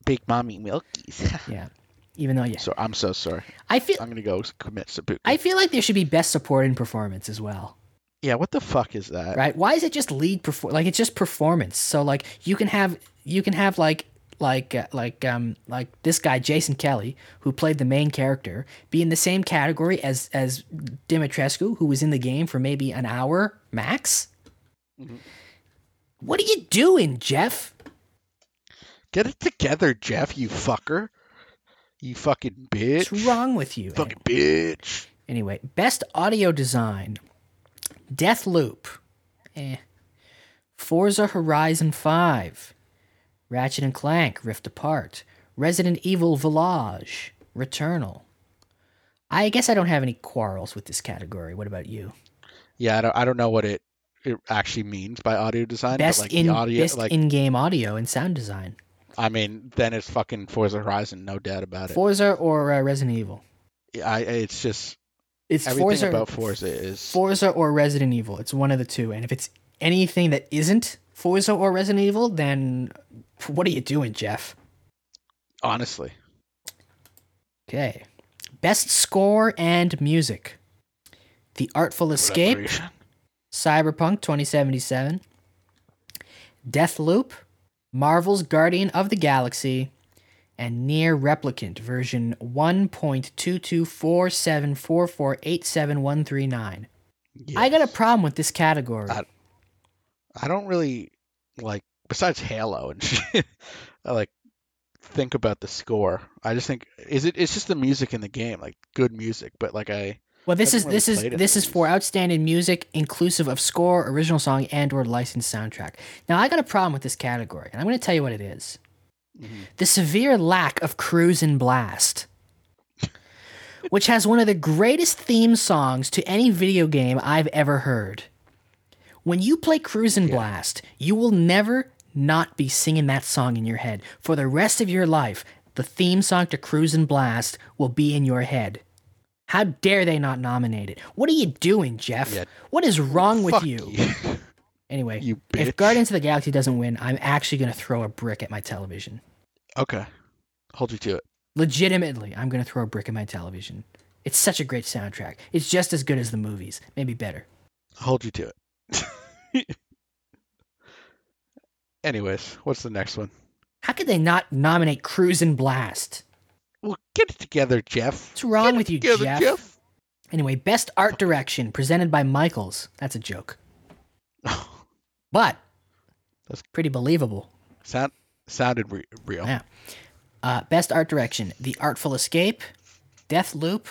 S3: Big mommy milkies.
S2: Yeah. Even though yeah.
S3: so I'm so sorry.
S2: I feel
S3: I'm gonna go commit seppuku.
S2: I feel like there should be best supporting performance as well.
S3: Yeah, what the fuck is
S2: Uh,
S3: that?
S2: right why is it just lead perform like it's just performance so like you can have you can have like like uh, like um like this guy Jason Kelly who played the main character be in the same category as as Dimitrescu who was in the game for maybe an hour max what are you doing Jeff
S3: Get it together, Jeff. You fucker. You fucking bitch.
S2: what's wrong with you
S3: Fucking bitch.
S2: Anyway, best audio design. Death Loop. Eh. Forza Horizon 5. Ratchet and Clank Rift Apart. Resident Evil Village. Returnal. I guess I don't have any quarrels with this category. What about you?
S3: Yeah, I don't. I don't know what it it actually means by audio design.
S2: Best
S3: but like
S2: in
S3: the audio,
S2: best
S3: like
S2: in-game audio and sound design.
S3: I mean, then it's fucking Forza Horizon, no doubt about it.
S2: Forza or uh, Resident Evil?
S3: I, it's just
S2: It's
S3: everything
S2: Forza
S3: about Forza is
S2: Forza or Resident Evil. It's one of the two. And if it's anything that isn't Forza or Resident Evil, then what are you doing, Jeff?
S3: honestly.
S2: Okay. Best score and music The Artful Escape,
S3: Collaboration.
S2: Cyberpunk 2077, Deathloop, Marvel's Guardian of the Galaxy, and Near Replicant version 1.22474487139. I got a
S3: Yes.
S2: problem with this category.
S3: I- I don't really like besides Halo and shit. I like think about the score. I just think is it it's just the music in the game, like good music, but like I
S2: Well, this is
S3: Hasn't really
S2: this is
S3: played it
S2: this is
S3: much.
S2: for outstanding music, inclusive of score, original song, and or licensed soundtrack. Now, I got a problem with this category, and I'm going to tell you what it is.
S3: Mm-hmm.
S2: The severe lack of Cruise and Blast, which has one of the greatest theme songs to any video game I've ever heard. When you play Cruise and Blast, you will never not be singing that song in your head for the rest of your life. The theme song to Cruise and Blast will be in your head. How dare they not nominate it? What are you doing, Jeff?
S3: Yeah.
S2: What is wrong with
S3: fuck
S2: you? Anyway,
S3: You
S2: if
S3: bitch.
S2: Guardians of the Galaxy doesn't win, I'm actually going to throw a brick at my television.
S3: okay. Hold you to it.
S2: Legitimately, I'm going to throw a brick at my television. It's such a great soundtrack. It's just as good as the movies, maybe better.
S3: Hold you to it. Anyways, what's the next one?
S2: How could they not nominate Cruise and Blast?
S3: Well, get it together, Jeff.
S2: What's wrong
S3: Get it
S2: with you,
S3: together,
S2: Jeff? Anyway, Best Art Direction presented by Michaels. That's a joke. But
S3: That's-
S2: pretty believable.
S3: Sound sounded re- real.
S2: Yeah. Uh, best art direction: The Artful Escape, Death Loop,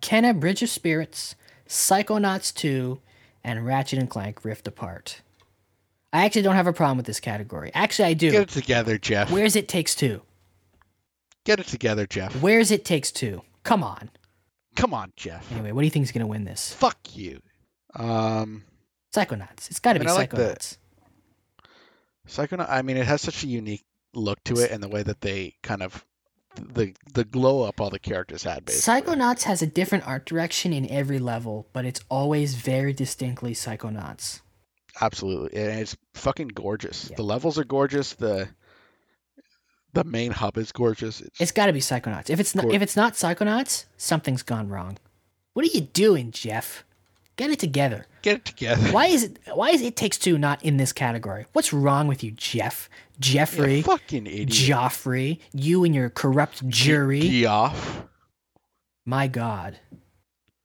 S2: Kenna Bridge of Spirits, Psychonauts 2, and Ratchet and Clank Rift Apart. I actually don't have a problem with this category. Actually, I
S3: Get
S2: do.
S3: it together, Jeff.
S2: Where's It Takes Two?
S3: Get it together, Jeff.
S2: Where's It Takes Two? Come on.
S3: Come on, Jeff.
S2: Anyway, what do you think is going to win this?
S3: Fuck you. Um,
S2: Psychonauts. It's got to
S3: I
S2: be
S3: mean, I like the-
S2: Psychonauts.
S3: Psychonaut. I mean, it has such a unique look to it, and the way that they kind of the the glow up all the characters had. Basically,
S2: Psychonauts has a different art direction in every level, but it's always very distinctly Psychonauts.
S3: absolutely, and it's fucking gorgeous.
S2: Yeah.
S3: The levels are gorgeous. The the main hub is gorgeous. It's,
S2: It's got to be Psychonauts. If it's not,
S3: Gor-
S2: if it's not Psychonauts, something's gone wrong. What are you doing, Jeff? Get it together.
S3: get it together.
S2: Why is it? Why is it takes two not in this category? What's wrong with you, Jeff?
S3: You
S2: Jeffrey,
S3: fucking idiot.
S2: Joffrey, you and your corrupt jury.
S3: Be off.
S2: My God,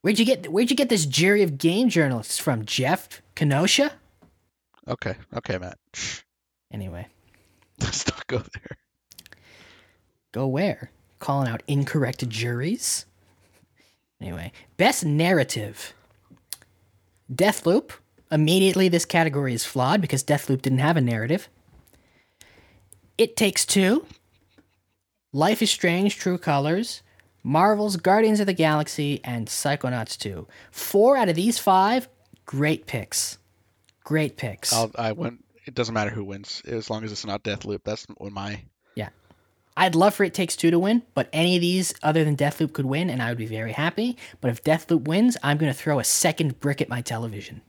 S2: where'd you get? Where'd you get this jury of game journalists from, Jeff? Kenosha?
S3: Okay, okay, Matt. Shh.
S2: Anyway,
S3: Let's not go there.
S2: Go where? Calling out incorrect juries? Anyway, best narrative. Deathloop. Immediately, this category is flawed because Deathloop didn't have a narrative. It Takes Two. Life is Strange, True Colors. Marvel's Guardians of the Galaxy and Psychonauts 2. Four out of these five, great picks. Great picks.
S3: I'll, I went. It doesn't matter who wins as long as it's not Deathloop. That's when my
S2: Yeah. I'd love for It Takes Two to win, but any of these other than Deathloop could win, and I would be very happy. But if Deathloop wins, I'm going to throw a second brick at my television.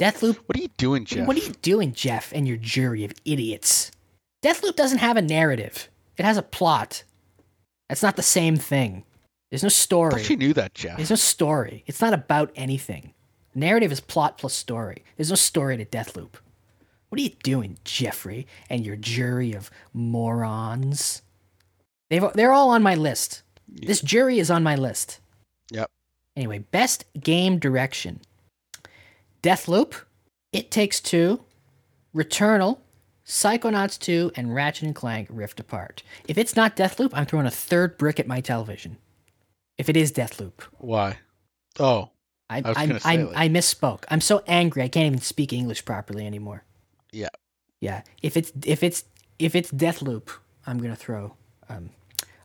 S2: Deathloop,
S3: What are you doing, Jeff?
S2: what are you doing, Jeff, and your jury of idiots? Deathloop doesn't have a narrative, it has a plot. That's not the same thing. There's no
S3: I
S2: story.
S3: thought you knew that, Jeff.
S2: There's no story. It's not about anything. Narrative is plot plus story. There's no story to Deathloop. What are you doing, Jeffrey, and your jury of morons? They've, they're all on my list. This jury is on my list.
S3: Yep.
S2: Anyway, best game direction Deathloop, It Takes Two, Returnal, Psychonauts 2, and Ratchet and Clank Rift Apart. If it's not Deathloop, I'm throwing a third brick at my television. If it is Deathloop.
S3: Why? Oh,
S2: I,
S3: I was
S2: I,
S3: gonna say,
S2: I,
S3: like-
S2: I misspoke. I'm so angry. I can't even speak English properly anymore.
S3: yeah.
S2: Yeah. If it's if it's if it's Deathloop, I'm gonna throw um,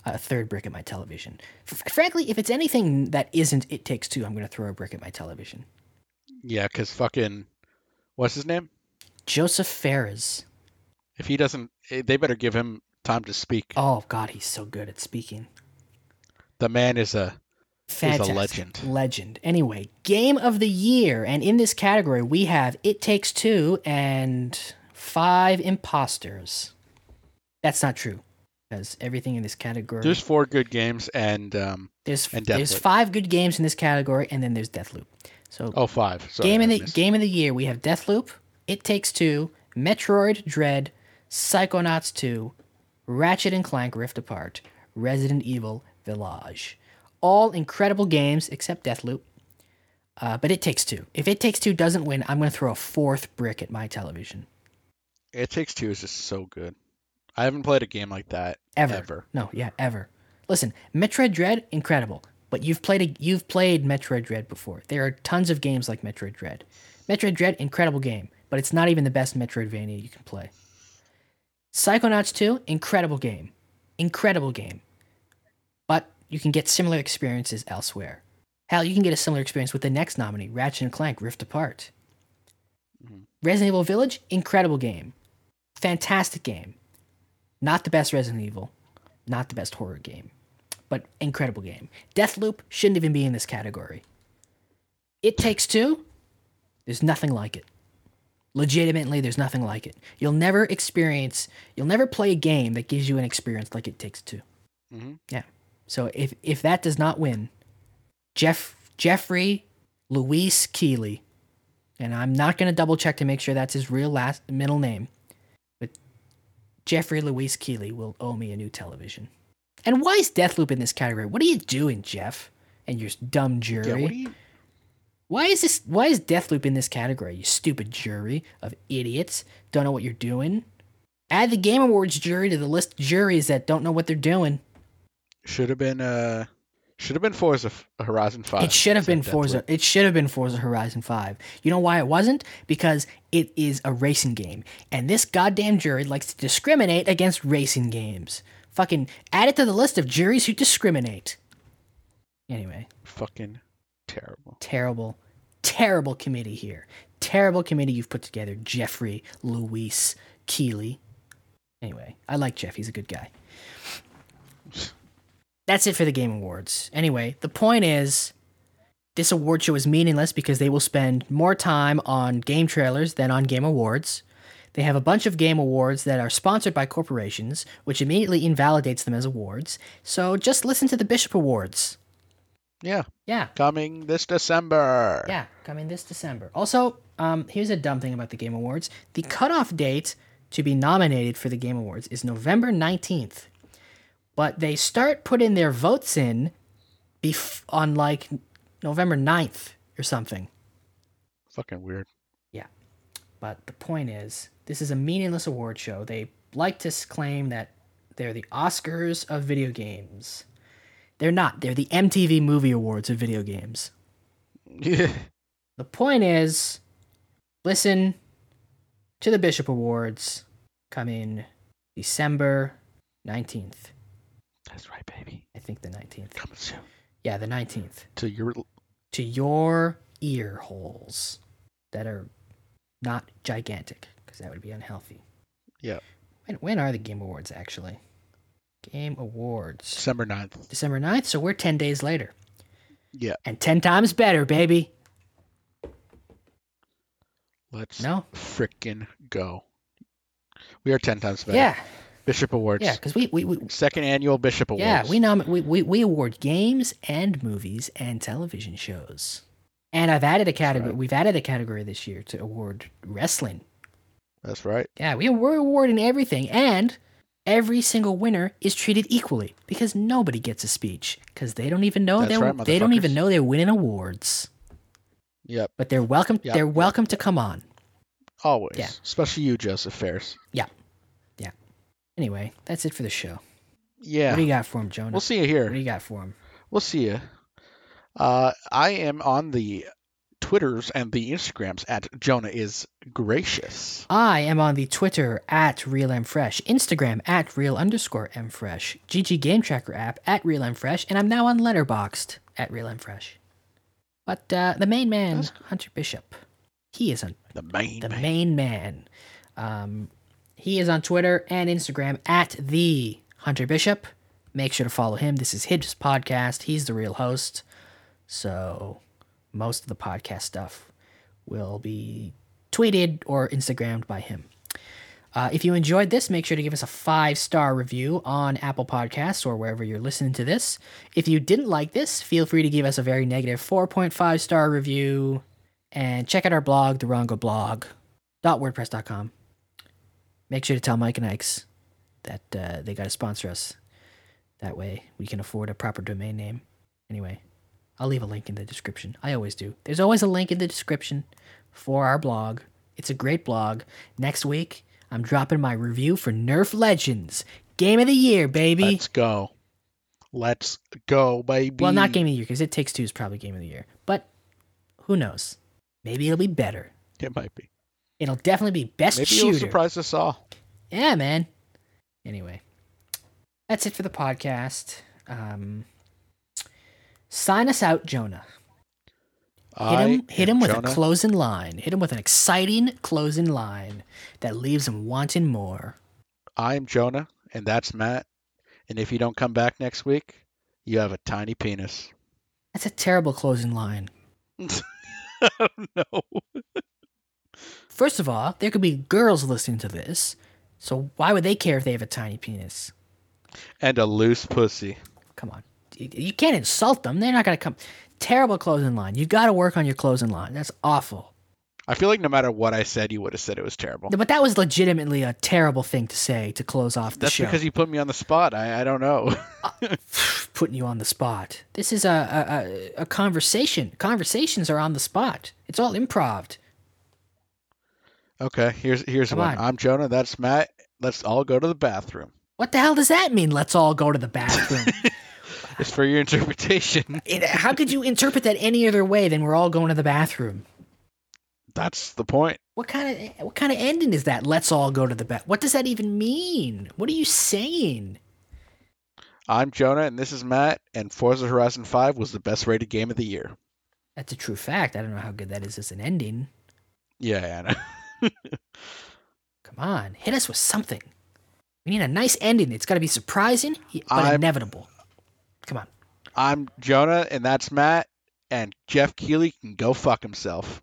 S2: a third brick at my television. F- frankly, if it's anything that isn't It Takes Two, I'm gonna throw a brick at my television.
S3: Yeah, because fucking. What's his name?
S2: Joseph Ferris.
S3: If he doesn't. eh, They better give him time to speak.
S2: Oh God, he's so good at speaking.
S3: The man is a.
S2: Fantastic.
S3: legend.
S2: Legend. Anyway, game of the year, and in this category we have It Takes Two and Five Imposters. That's not true, because everything in this category
S3: There's four good games and. um
S2: there's
S3: and
S2: there's
S3: Deathloop.
S2: five good games in this category, and then there's Deathloop. So
S3: Oh, five. Sorry,
S2: game of
S3: I
S2: the
S3: missed.
S2: game of the year we have Deathloop, It Takes Two, Metroid Dread, Psychonauts Two, Ratchet and Clank Rift Apart, Resident Evil Village. All incredible games except Deathloop. Uh, but it takes two. If it takes two doesn't win, I'm going to throw a fourth brick at my television.
S3: It Takes Two is just so good. I haven't played a game like that
S2: Ever.
S3: ever.
S2: No, yeah, ever. Listen, Metroid Dread, incredible. But you've played a, you've played Metroid Dread before. There are tons of games like Metroid Dread. Metroid Dread, incredible game, but it's not even the best Metroidvania you can play. Psychonauts 2, incredible game. Incredible game. But you can get similar experiences elsewhere. Hell, you can get a similar experience with the next nominee, Ratchet and Clank Rift Apart. Resident Evil Village, incredible game. Fantastic game. Not the best Resident Evil, not the best horror game, but incredible game. Deathloop shouldn't even be in this category. It Takes Two, there's nothing like it. Legitimately, there's nothing like it. You'll never experience, you'll never play a game that gives you an experience like It Takes 2
S3: Mhm.
S2: Yeah. So if if that does not win, Jeff Jeffrey Luis Keeley, and I'm not gonna double check to make sure that's his real last middle name, but Jeffrey Louise Keeley will owe me a new television. And why is Deathloop in this category? What are you doing, Jeff? And your dumb jury.
S3: Yeah, what do you?
S2: Why is this? Why is Deathloop in this category? You stupid jury of idiots, don't know what you're doing. Add the Game Awards jury to the list of juries that don't know what they're doing.
S3: Should have been uh, should have been Forza F- Horizon Five.
S2: it should have
S3: instead
S2: been
S3: of
S2: Forza.
S3: Deathloop.
S2: It should have been Forza Horizon Five. You know why it wasn't? Because it is a racing game, and this goddamn jury likes to discriminate against racing games. Fucking add it to the list of juries who discriminate. Anyway,
S3: Fucking terrible.
S2: terrible, terrible committee here. Terrible committee you've put together, Jeffrey, Luis, Keeley. Anyway, I like Jeff. He's a good guy. That's it for the Game Awards. Anyway, the point is this award show is meaningless because they will spend more time on game trailers than on game awards. They have a bunch of game awards that are sponsored by corporations, which immediately invalidates them as awards. So just listen to the Bishop Awards.
S3: Yeah,
S2: Yeah.
S3: coming this December.
S2: Yeah, coming this December. Also, um, here's a dumb thing about the Game Awards: the cutoff date to be nominated for the Game Awards is November nineteenth, but they start putting their votes in bef- on like November 9th or something.
S3: Fucking weird.
S2: But the point is, this is a meaningless award show. They like to s- claim that they're the Oscars of video games. They're not. They're the MTV Movie Awards of video games.
S3: Yeah.
S2: The point is, listen to the Bishop Awards coming December 19th.
S3: That's right, baby.
S2: I think the 19th.
S3: Coming soon
S2: Yeah, the 19th.
S3: to your
S2: To your ear holes that are not gigantic, because that would be unhealthy.
S3: Yeah.
S2: When, when are the Game Awards, actually? Game Awards.
S3: December 9th.
S2: December 9th, so we're 10 days later.
S3: Yeah.
S2: And 10 times better, baby.
S3: Let's
S2: No?
S3: frickin' go. We are 10 times better.
S2: Yeah.
S3: Bishop Awards.
S2: Yeah, because we, we, we,
S3: Second annual Bishop Awards.
S2: Yeah, we, nom- we, we we award games and movies and television shows. And I've added a category.
S3: right.
S2: We've added a category this year to award wrestling.
S3: That's right.
S2: Yeah, we we're awarding everything, and every single winner is treated equally because nobody gets a speech because they don't even know
S3: That's
S2: they are
S3: right,
S2: they don't even
S3: motherfuckers.
S2: know they're winning awards.
S3: Yep.
S2: But they're welcome.
S3: Yeah.
S2: They're welcome to come on.
S3: Always.
S2: Yeah.
S3: Especially you, Joseph Ferris.
S2: Anyway, that's it for the show.
S3: Yeah.
S2: What do you got for him, Jonah?
S3: we'll see you
S2: What do
S3: here.
S2: you got for him?
S3: We'll see you. Uh, I am on the Twitters and the Instagrams at Jonah is gracious.
S2: I am on the Twitter at Real M Fresh, Instagram at Real underscore M Fresh, GG Game Tracker app at Real M Fresh, and I'm now on Letterboxed at Real M Fresh. But uh, the main man,
S3: That's
S2: Hunter Bishop, he is on
S3: The main
S2: the
S3: man.
S2: main man. Um, he is on Twitter and Instagram at the Hunter Bishop. Make sure to follow him. This is his podcast. He's the real host, so most of the podcast stuff will be tweeted or Instagrammed by him. Uh, if you enjoyed this, make sure to give us a five star review on Apple Podcasts or wherever you're listening to this. If you didn't like this, feel free to give us a very negative 4.5 star review and check out our blog, the Rongo blog. WordPress.com. Make sure to tell Mike and Ike's that uh, they got to sponsor us. That way we can afford a proper domain name. Anyway, I'll leave a link in the description. I always do. There's always a link in the description for our blog. It's a great blog. Next week, I'm dropping my review for Nerf Legends. Game of the year, baby.
S3: Let's go. Let's go, baby.
S2: Well, not game of the year because it takes two is probably game of the year. But who knows? Maybe it'll be better.
S3: It might be.
S2: It'll definitely be best
S3: Maybe
S2: shooter.
S3: you'll surprise us all.
S2: yeah, man. Anyway, that's it for the podcast. Um, sign us out, Jonah. Hit him, hit him with a closing line. Hit him with an exciting closing line that leaves him wanting more.
S3: I'm Jonah, and that's Matt. And if you don't come back next week, you have a tiny penis.
S2: That's a terrible closing line.
S3: I don't know.
S2: First of all, there could be girls listening to this, so why would they care if they have a tiny penis?
S3: And a loose pussy.
S2: come on. You- You can't insult them. They're not going to come. Terrible closing line. You got to work on your closing line. That's awful.
S3: I feel like no matter what I said, you would have said it was terrible.
S2: But that was legitimately a terrible thing to say to close off the
S3: That's
S2: show.
S3: because you put me on the spot. I, I don't know.
S2: Putting you on the spot. This is a, a, a, a conversation. Conversations are on the spot. It's all improv.
S3: okay, here's here's
S2: Come
S3: one.
S2: on.
S3: I'm Jonah. That's Matt. Let's all go to the bathroom.
S2: What the hell does that mean? Let's all go to the bathroom.
S3: It's for your interpretation.
S2: It- how could you interpret that any other way than we're all going to the bathroom?
S3: That's the point.
S2: What kind of what kind of ending is that? Let's all go to the bath. What does that even mean? What are you saying?
S3: I'm Jonah, and this is Matt. And Forza Horizon 5 was the best rated game of the year.
S2: That's a true fact. I don't know how good that is as an ending.
S3: Yeah, I know.
S2: Come on, hit us with something. We need a nice ending. It's got to be surprising, but
S3: I'm-
S2: inevitable. Come on.
S3: I'm Jonah, and that's Matt. And Jeff Keeley can go fuck himself.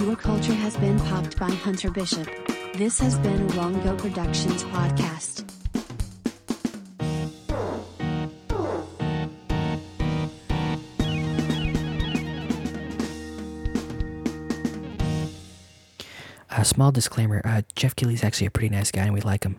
S1: Your culture has been popped by Hunter Bishop. This has been a Rongo Productions podcast.
S2: A small disclaimer: uh, Jeff Keighley's actually a pretty nice guy, and we like him.